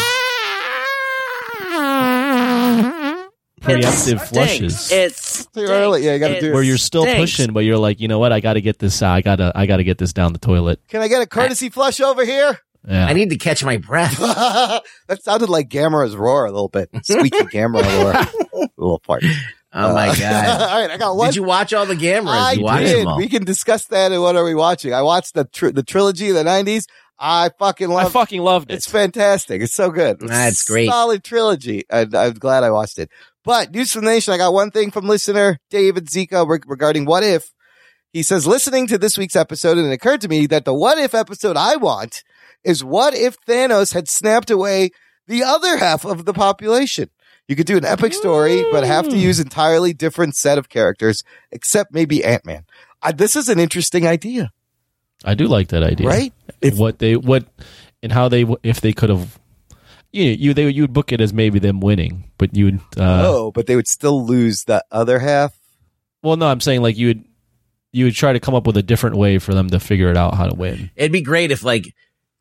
preemptive flushes It's Too early. Yeah, you gotta do it. where you're still stinks. pushing, but you're like, you know what? I got to get this. Uh, I gotta. I gotta get this down the toilet. Can I get a courtesy flush over here? Yeah. I need to catch my breath. that sounded like Gamera's roar a little bit. Squeaky Gamera roar. a little part. Oh my god! All right, I got one. Did you watch all the I Gamras? You watched did. them all. We can discuss that. And what are we watching? I watched the tr- the trilogy of the '90s. I fucking I love. fucking loved it. it's fantastic. It's so good. That's great. Solid trilogy. And I'm glad I watched it. But news from the nation. I got one thing from listener David Zika reg- regarding what if. He says, listening to this week's episode, and it occurred to me that the what if episode I want is what if Thanos had snapped away the other half of the population? You could do an epic story, but have to use entirely different set of characters, except maybe Ant Man. Uh, this is an interesting idea, I do like that idea. right? If- what they what and how they w- if they could have. You you they you would book it as maybe them winning, but you would. Uh, oh, but they would still lose the other half. Well, no, I'm saying like you would. You would try to come up with a different way for them to figure it out how to win. It'd be great if like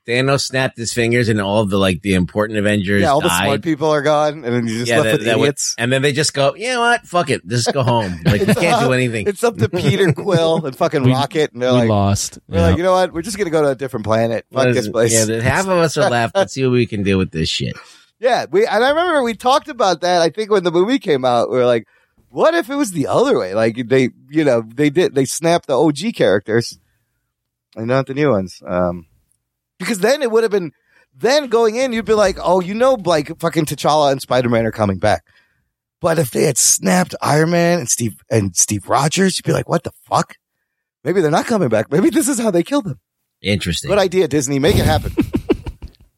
Thanos snapped his fingers and all of the like the important Avengers Yeah, all the died. smart people are gone, and then you just Yeah, left that- with that would- idiots. and then they just go, you know what? Fuck it, just go home. Like we can't do anything. it's up to Peter Quill and fucking We- Rocket, and they're we like, lost. they're like, you know what? We're just gonna go to a different planet. Fuck this place. Yeah, the- half of us are left. Let's see what we can do with this shit. Yeah, we and I remember we talked about that. I think when the movie came out, we were like, "What if it was the other way? Like they, you know, they did they snapped the OG characters and not the new ones, um, because then it would have been then going in, you'd be like, "Oh, you know, like fucking T'Challa and Spider Man are coming back." But if they had snapped Iron Man and Steve and Steve Rogers, you'd be like, "What the fuck? Maybe they're not coming back. Maybe this is how they killed them." Interesting. Good idea, Disney. Make it happen.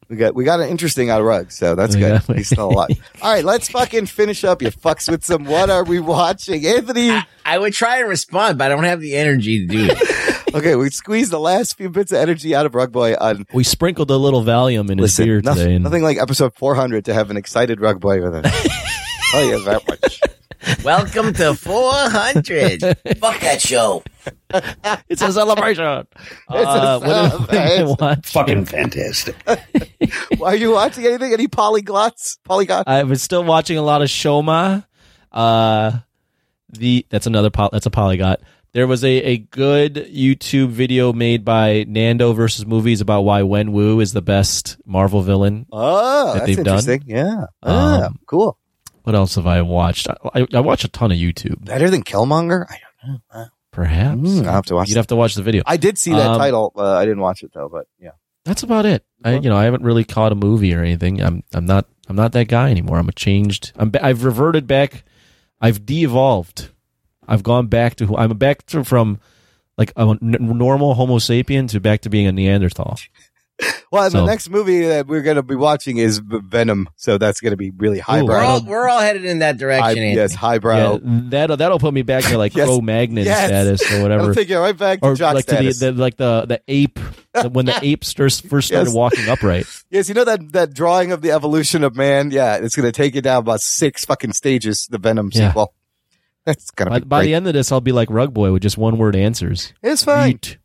we got we got an interesting out of rug, so that's good. Yeah. He's still alive. All right, let's fucking finish up, you fucks, with some what are we watching? Anthony I would try and respond, but I don't have the energy to do it. Okay, we squeezed the last few bits of energy out of Rug Boy on we sprinkled a little Valium in his listen, beer today. nothing, and- nothing like episode four hundred to have an excited Rug Boy with us. oh yeah, that much. Welcome to 400. Fuck that show. It's a celebration. Uh, what a did I celebration. watch? Are you watching anything? Any polyglots? Polygon? I was still watching a lot of Shoma. Uh, the that's another poly, that's a polygot. There was a, a good YouTube video made by Nando versus movies about why Wen Wu is the best Marvel villain. oh, that that's they've done? interesting. Yeah. Ah, Um, cool. What else have I watched? I, I, I watch a ton of YouTube. Better than Killmonger? I Perhaps don't know. I have to watch. you'd that. have to watch the video. I did see that hmm, Um, title. Uh, I didn't watch it though, but yeah. That's about it. I, Well- you know, I haven't really caught a movie or anything. I'm, I'm not, I'm not that guy anymore. I'm a changed. I'm, ba- I've reverted back. I've de-evolved. I've gone back to who I'm back to from, like a n- normal Homo sapien to back to being a Neanderthal. Well, and the So- next movie that we're going to be watching is V- Venom, so that's going to be really We're highbrow. all, we're all headed in that High- direction. Anthony. yes, highbrow. Yeah, that'll that'll put me back to like Yes. Cro Magnon Yes. status or I'm whatever, thinking right back to or jock like status. to the, the like the the ape the- when the ape first first started Yes. walking upright. yes, you know that that drawing of the evolution of man. Yeah, it's going to take you down about six fucking stages. The Venom Yeah. sequel. That's going By, to be by great. the end of this, I'll be like Rug Boy with just one word answers. it's fine. Eat,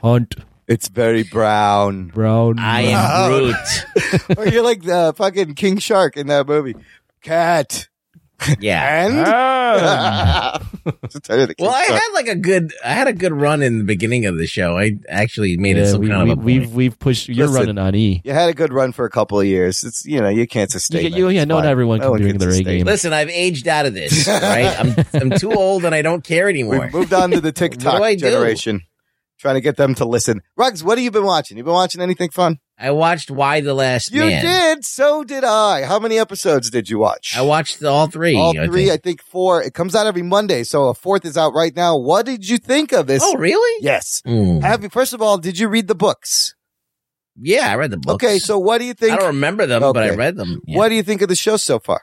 hunt, It's very brown. brown. I man. Wow. am Groot. or you're like the fucking King Shark in that movie. Cat Yeah. and. Ah. Just tell you the King Well, I Shark. had like a good, I had a good run in the beginning of the show. I actually made it Yeah, some we, kind of a we, point. have we've pushed. You're Listen, running on E. you had a good run for a couple of years. It's you know you can't sustain. You- it. you- yeah, It's not fine. everyone can one bring can their A sustain game. it. Listen, I've aged out of this, right? I'm I'm too old and I don't care anymore. We've moved on to the What do I TikTok do? generation. Trying to get them to listen. Rugs, what have you been watching? You been watching anything fun? I watched Why the Last You Man. did. So did I. How many episodes did you watch? I watched all three. all I three. I think. think. four. It comes out every Monday, so a fourth is out right now. What did you think of this? oh, really? Yes. Mm. Have you, first of all, did you read the books? yeah, I read the books. Okay, so what do you I think? don't remember them, but I Okay. read them. Yeah. What do you think of the show so far?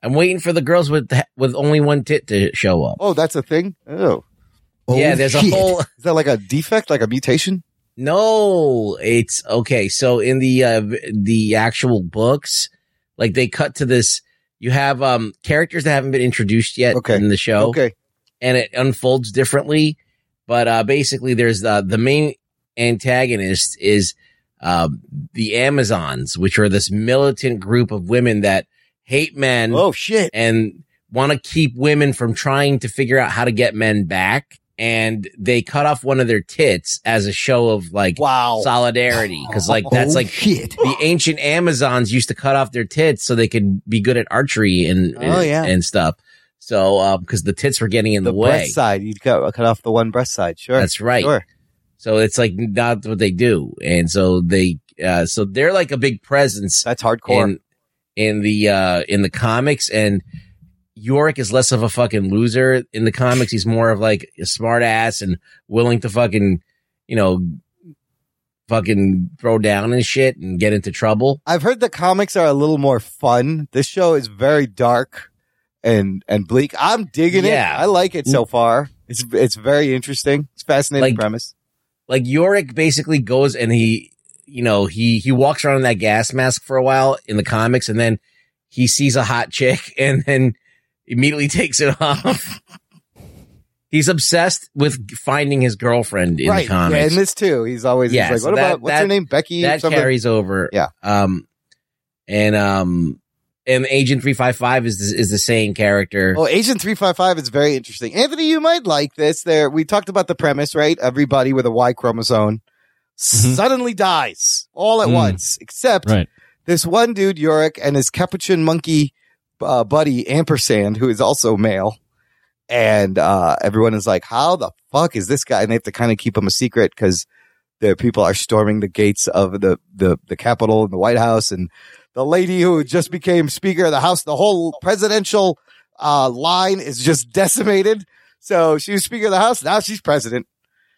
I'm waiting for the girls with with only one tit to show up. Oh, that's a thing. Oh, yeah, Oh, there's a shit. whole Is that like a defect, like a mutation? No, it's okay. So in the uh, v- the actual books, like they cut to this. You have um characters that haven't been introduced yet Okay. in the show, Okay, and it unfolds differently. But uh, basically, there's the the main antagonist is uh, the Amazons, which are this militant group of women that hate men Oh shit! and want to keep women from trying to figure out how to get men back. And they cut off one of their tits as a show of like Wow. Oh. solidarity. Cause like that's like shit. the ancient Amazons used to cut off their tits so they could be good at archery and, and, Oh, yeah. and stuff. So, uh, cause the tits were getting in The the, way. breast side. You cut, cut off the one breast side. Sure, That's right. Sure. So it's like not what they do. And so they, uh, so they're like a big presence That's hardcore. in in the uh in the comics and Yorick is less of a fucking loser in the comics. He's more of like a smart ass and willing to fucking, you know, fucking throw down and shit and get into trouble. I've heard the comics are a little more fun. This show is very dark and and bleak. I'm digging Yeah. Mm. it. I like it so far. It's it's very interesting. It's a fascinating Like- premise. Like Yorick basically goes and he, you know, he he walks around in that gas mask for a while in the comics and then he sees a hot chick and then immediately takes it off. He's obsessed with finding his girlfriend in right. the comics. Yeah, and this too. He's always he's Yeah, like, so what that- about what's that- her name? Becky. that something? carries over. Yeah. Um, and um, and Agent Three Five Five is the, is the same character. Oh, Agent 355 is very interesting. Anthony, you might like this. There, we talked about the premise, right? Everybody with a Y chromosome suddenly dies all at Mm-hmm. Mm. once, except Right. this one dude, Yorick, and his capuchin monkey uh, buddy, Ampersand, who is also male. And uh, everyone is like, how the fuck is this guy? And they have to kind of keep him a secret because the people are storming the gates of the, the, the Capitol and the White House. And the lady who just became Speaker of the House, the whole presidential uh, line is just decimated. So she was Speaker of the House. Now she's president.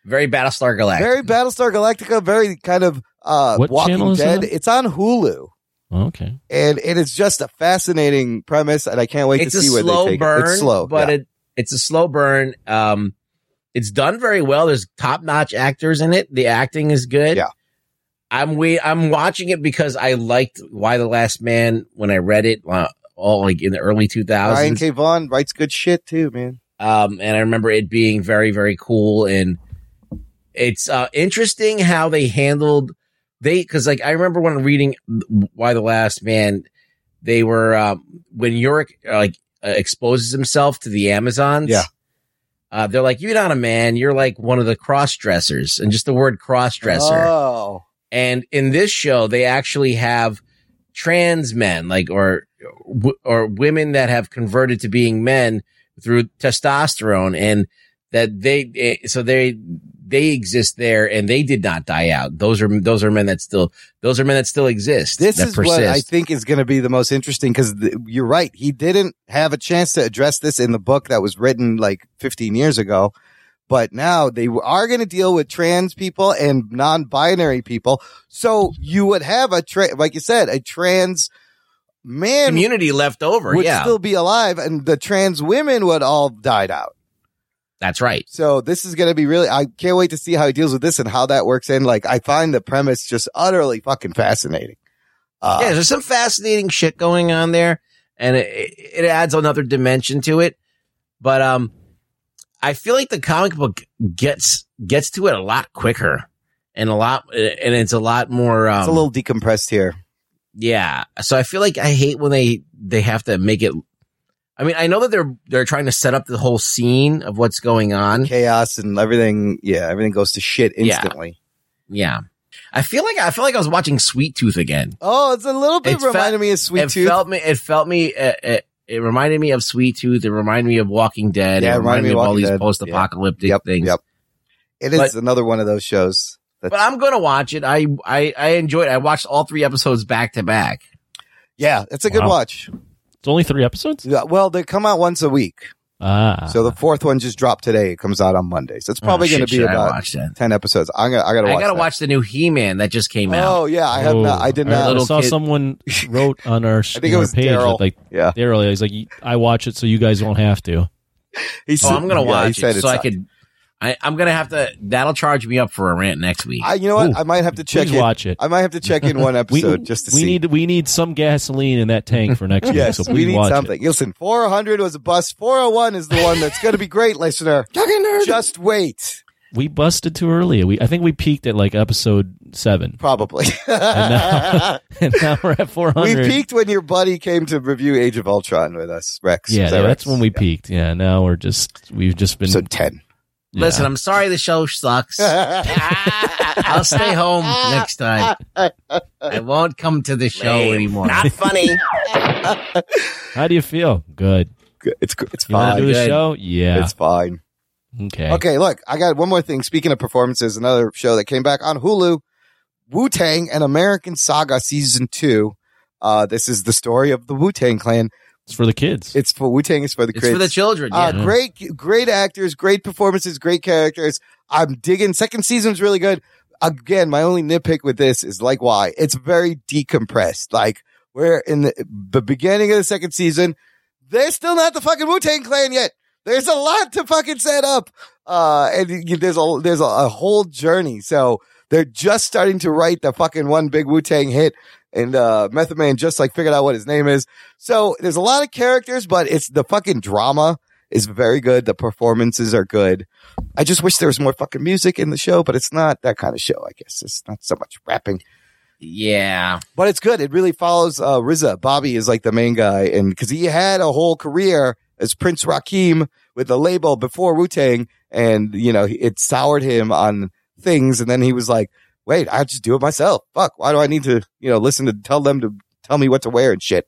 Very Battlestar Galactic. Very Battlestar Galactica, very kind of uh, What channel Walking is Dead. that? It's on Hulu Okay. and it is just a fascinating premise, and I can't wait it's to a see where slow they take burn, it. It's slow, but yeah. it it's a slow burn. Um, it's done very well. There's top notch actors in it. The acting is good. Yeah. I'm we I'm watching it because I liked Why the Last Man when I read it. Uh, all like in the early 2000s. Ryan K. Vaughn writes good shit too, man. um, and I remember it being very very cool and it's uh, interesting how they handled they because like I remember when reading Why the Last Man they were um, when Yorick uh, like uh, exposes himself to the Amazons Yeah. uh, they're like you're not a man you're like one of the cross dressers and just the word cross dresser Oh, and in this show, they actually have trans men, like or or women that have converted to being men through testosterone, and that they eh, so they they exist there, and they did not die out. Those are those are men that still those are men that still exist. this that is what I think is going to be the most interesting because you're right. He didn't have a chance to address this in the book that was written like 15 years ago, but now they are going to deal with trans people and non-binary people. So you would have a tra- like you said, a trans man community left over. would Yeah, still be alive, and the trans women would all died out. that's right. So this is going to be really, I can't wait to see how he deals with this and how that works in. Like, I find the premise just utterly fucking fascinating. Uh, yeah, there's some fascinating shit going on there, and it, it adds another dimension to it. But um, I feel like the comic book gets gets to it a lot quicker, and a lot, and it's a lot more. Um, it's a little decompressed here. yeah. So I feel like I hate when they they have to make it. I mean, I know that they're they're trying to set up the whole scene of what's going on. Chaos and everything. Yeah, everything goes to shit Yeah. instantly. Yeah, I feel like I feel like I was watching Sweet Tooth again. Oh, it's a little bit It's fa- reminded me of Sweet it Tooth. felt me. It felt me. It, it, it reminded me of Sweet Tooth. It reminded me of Walking Dead. Yeah, it reminded me of all Walking these Dead. post-apocalyptic yep, things. yep. It is But- another one of those shows. But I'm gonna watch it. I I I enjoyed. It. I watched all three episodes back to back. Yeah, it's a good Wow. watch. It's only three episodes? Yeah, Well, they come out once a week. Ah, So the fourth one just dropped today. It comes out on Monday. So it's probably Uh-huh. going Oh, shit, to be should I about watch that? ten episodes. I'm gonna, I gotta watch. I gotta that. watch the new He Man that just came Oh out. yeah, I have not. I did Oh. I not. little saw kid- someone wrote on our, I think it on our was page that, Daryl. like yeah, Daryl. He's like, I watch it so you guys won't have to. he Oh, said- I'm gonna yeah, he watch said it so I it's- could. I, I'm gonna have to. That'll charge me up for a rant next week. I, you know what? Ooh, I might have to check. please in- watch it. I might have to check in one We, episode just to we see. need we need some gasoline in that tank for next yes, week. So we please need watch it. something. Listen, 400 was a bust. 401 is the one that's going to be great, listener. Just wait, We busted too early. We I think we peaked at like episode seven, probably. and now, and now we're at four we hundred. peaked when your buddy came to review Age of Ultron with us, Rex. Yeah, Was that yeah, Rex? that's when we peaked. Yeah, now we're just we've just been. Episode 10. yeah. Listen, I'm sorry the show sucks. I'll stay home next time. I won't come to the show anymore. Not funny. how do you feel? Good. Good. It's good. it's You want fine. to do the Good. show? Yeah. It's fine. okay. Okay, look, I got one more thing. Speaking of performances, another show that came back on Hulu, Wu Tang and American Saga season two. Uh, this is the story of the Wu Tang Clan. It's for the kids. It's for Wu Tang. It's for the it's kids. for the children. uh, yeah. yeah. Great, great actors, great performances, great characters. I'm digging. Second season's really good. Again, my only nitpick with this is like why it's very decompressed. Like we're in the, the beginning of the second season. They're still not the fucking Wu Tang Clan yet. There's a lot to fucking set up, uh, and you, there's a there's a, a whole journey. So they're just starting to write the fucking one big Wu Tang hit, and uh, Method Man just like figured out what his name is. So there's a lot of characters, but it's the fucking drama is very good. The performances are good. I just wish there was more fucking music in the show, but it's not that kind of show. I guess it's not so much rapping, yeah. but it's good. It really follows uh, RZA. Bobby is like the main guy, and because he had a whole career as Prince Rakim with the label before Wu Tang, and you know he- it soured him on things, and then he was like, "Wait, I just do it myself. Fuck, why do I need to you know listen to tell them to tell me what to wear and shit?"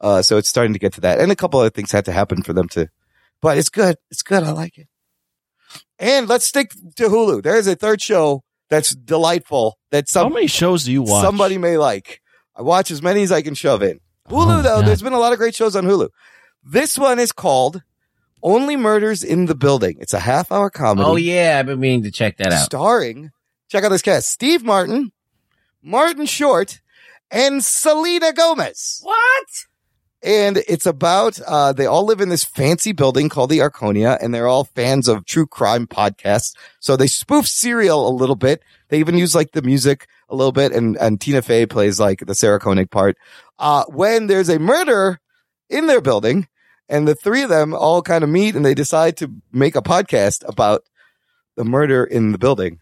Uh, so it's starting to get to that, and a couple other things had to happen for them to but it's good. It's good. I like it. And let's stick to Hulu. There is a third show that's delightful that how some many shows do you watch? somebody may like. I watch as many as I can shove in. Hulu though, Oh, God. there's been a lot of great shows on Hulu. This one is called Only Murders in the Building. It's a half hour comedy Oh yeah, I've been meaning to check that out. starring check out this cast. Steve Martin, Martin Short, and Selena Gomez. What? And it's about uh, they all live in this fancy building called the Arconia, and they're all fans of true crime podcasts. So they spoof Serial a little bit. They even use like the music a little bit, and and Tina Fey plays like the Sarah Koenig part. Uh, when there's a murder in their building, and the three of them all kind of meet, and they decide to make a podcast about the murder in the building.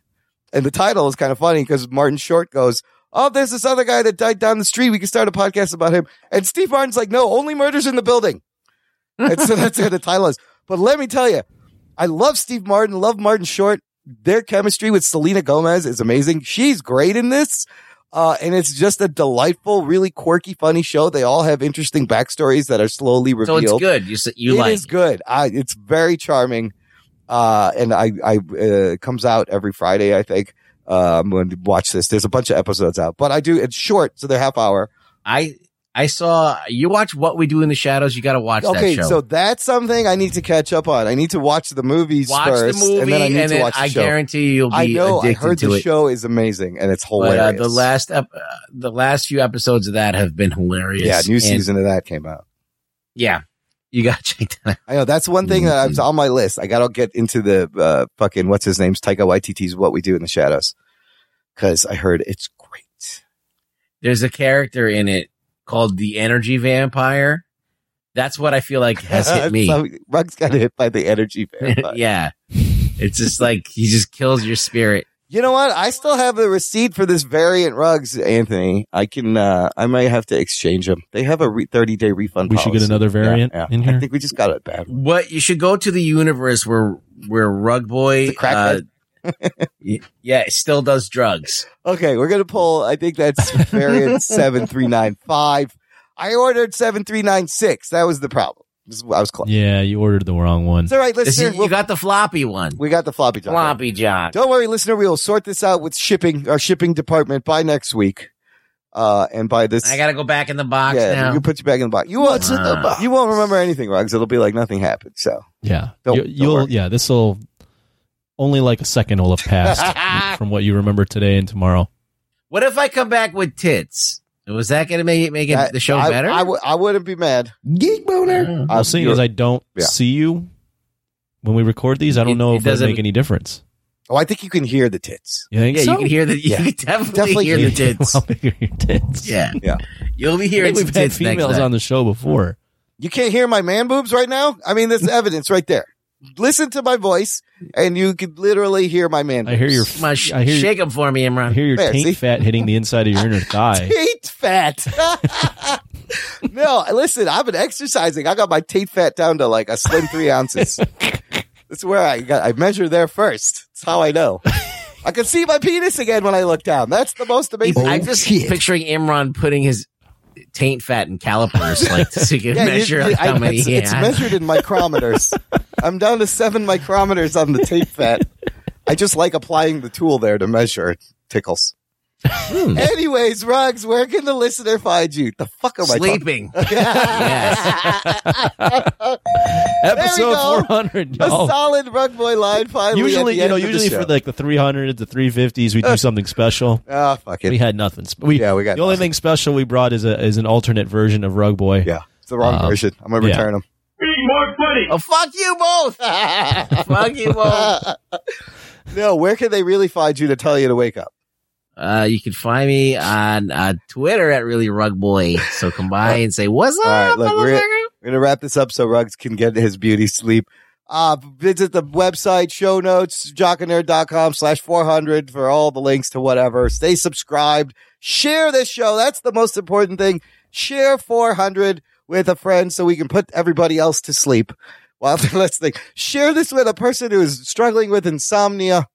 And the title is kind of funny because Martin Short goes, Oh, there's this other guy that died down the street. We can start a podcast about him. And Steve Martin's like, No, only murders in the building. and so that's what the title is. But let me tell you, I love Steve Martin, love Martin Short. Their chemistry with Selena Gomez is amazing. She's great in this. Uh, and it's just a delightful, really quirky, funny show. They all have interesting backstories that are slowly So revealed. it's good. You s- you It like is good. I, it's very charming. Uh, and I, I, uh, it comes out every Friday, I think. Uh, I'm going to watch this. There's a bunch of episodes out, but I do, it's short, so they're half hour. I I saw you watch What We Do in the Shadows. You got to watch okay. that show. So that's something I need to catch up on. I need to watch the movies watch first the movie, and then I need to watch the I show. guarantee you'll be I know. I addicted heard to the it. show is amazing and it's But, hilarious. uh, the last ep- uh, the last few episodes of that have been hilarious. yeah, new And- season of that came out. Yeah, you got to check that. out. I know that's one thing that I was Mm-hmm. on my list. I gotta get into the uh, fucking what's his name's Taika Waititi's "What We Do in the Shadows" because I heard it's great. There's a character in it called the Energy Vampire. That's what I feel like has hit me. so Ruggs got hit by the energy vampire. yeah, it's just like he just kills your spirit. You know what? I still have the receipt for this variant Rugs, Anthony. I can. uh I might have to exchange them. They have a re- thirty day refund. We should get policy. another Yeah, variant yeah. in here. I think we just got it bad. What you should go to the universe where where Rug Boy, The crackhead? uh, y- yeah, still does drugs. Okay, we're gonna pull. I think that's variant seven three nine five. I ordered seven three nine six. That was the problem. This- I was close. yeah, you ordered the wrong one. It's all right, This listener. is- we'll- you got the floppy one, we got the floppy drive. floppy John. Don't worry, listener. We will sort this out with shipping, our shipping department by next week. Uh, and by this, I gotta go back in the box yeah, now. you put you back in the box. You won't, uh, you won't remember anything, Rugs. It'll be like nothing happened. So Yeah. Don't- you, don't you'll worry. yeah, this will only like a second will have passed from what you remember today and tomorrow. what if I come back with tits? Was that gonna make it make it, That- the show I, better? I, w- I wouldn't be mad. Geek boner. Well, seeing as I don't Uh, yeah. see you when we record these, I don't It- know it if that doesn't- make any difference. Oh, I think you can hear the tits. You think yeah, so? you can hear the you Yeah. can definitely, Definitely hear the tits. Well, hear your tits. yeah, Yeah. You'll be I hearing think some we've had tits females next time. on the show before. You can't hear my man boobs right now. I mean, there's evidence right there. Listen to my voice, and you could literally hear my man. I hear your, boobs. Come on, sh- I hear, shake them for me, I Imran. hear your There, taint see? fat hitting the inside of your inner thigh. taint fat. no, listen, I've been exercising. I got my taint fat down to like a slim three ounces. That's where I got. I measure there first. That's how I know. I can see my penis again when I look down. That's the most amazing. I'm just picturing Imran putting his taint fat in calipers, like so you can Yeah, you- measure like, you- I- how many. it's, yeah, it's I- measured in micrometers. I'm down to seven micrometers on the tape fat. I just like applying the tool there to measure. It tickles. Hmm. Anyways, Rugs, where can the listener find you? The fuck am sleeping. I talking? yes. Episode go. 400. A y'all. solid rug boy line finally. Oh. Usually, at the you end know, of the usually show. for like the 300 to 350s, we do something special. ah fuck it, We had nothing. sp- We, Yeah, we got the only nothing. thing special we brought is a is an alternate version of Rug Boy. yeah, it's the wrong Um, version. I'm gonna yeah. return them. Oh, fuck you both. fuck you both. No, where can they really find you to tell you to wake up? Uh, you can find me on uh, Twitter at really rug boy. So come by and say what's up, All right, look, we're- motherfucker. We're gonna wrap this up so Rugs can get his beauty sleep. Uh, visit the website, show notes, jockanerd.com slash 400 for all the links to whatever. Stay subscribed. Share this show. That's the most important thing. Share 400 with a friend so we can put everybody else to sleep while they're listening. Share this with a person who is struggling with insomnia.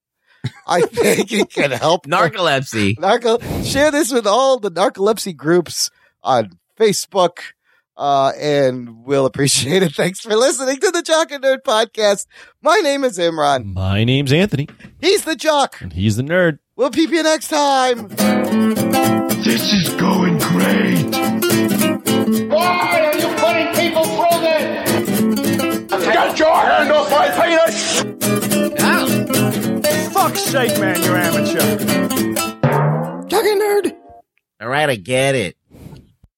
I think it can help. them. Narcolepsy. Narco, share this with all the narcolepsy groups on Facebook, uh, and we'll appreciate it. Thanks for listening to the Jock and Nerd podcast. My name is Imran. My name's Anthony, He's the Jock. and he's the nerd. We'll peep you next time. This is going great. Why are you putting people through this? Get your hand off my penis! Fuck's sake, man, you're amateur. Talking nerd. All right, I get it.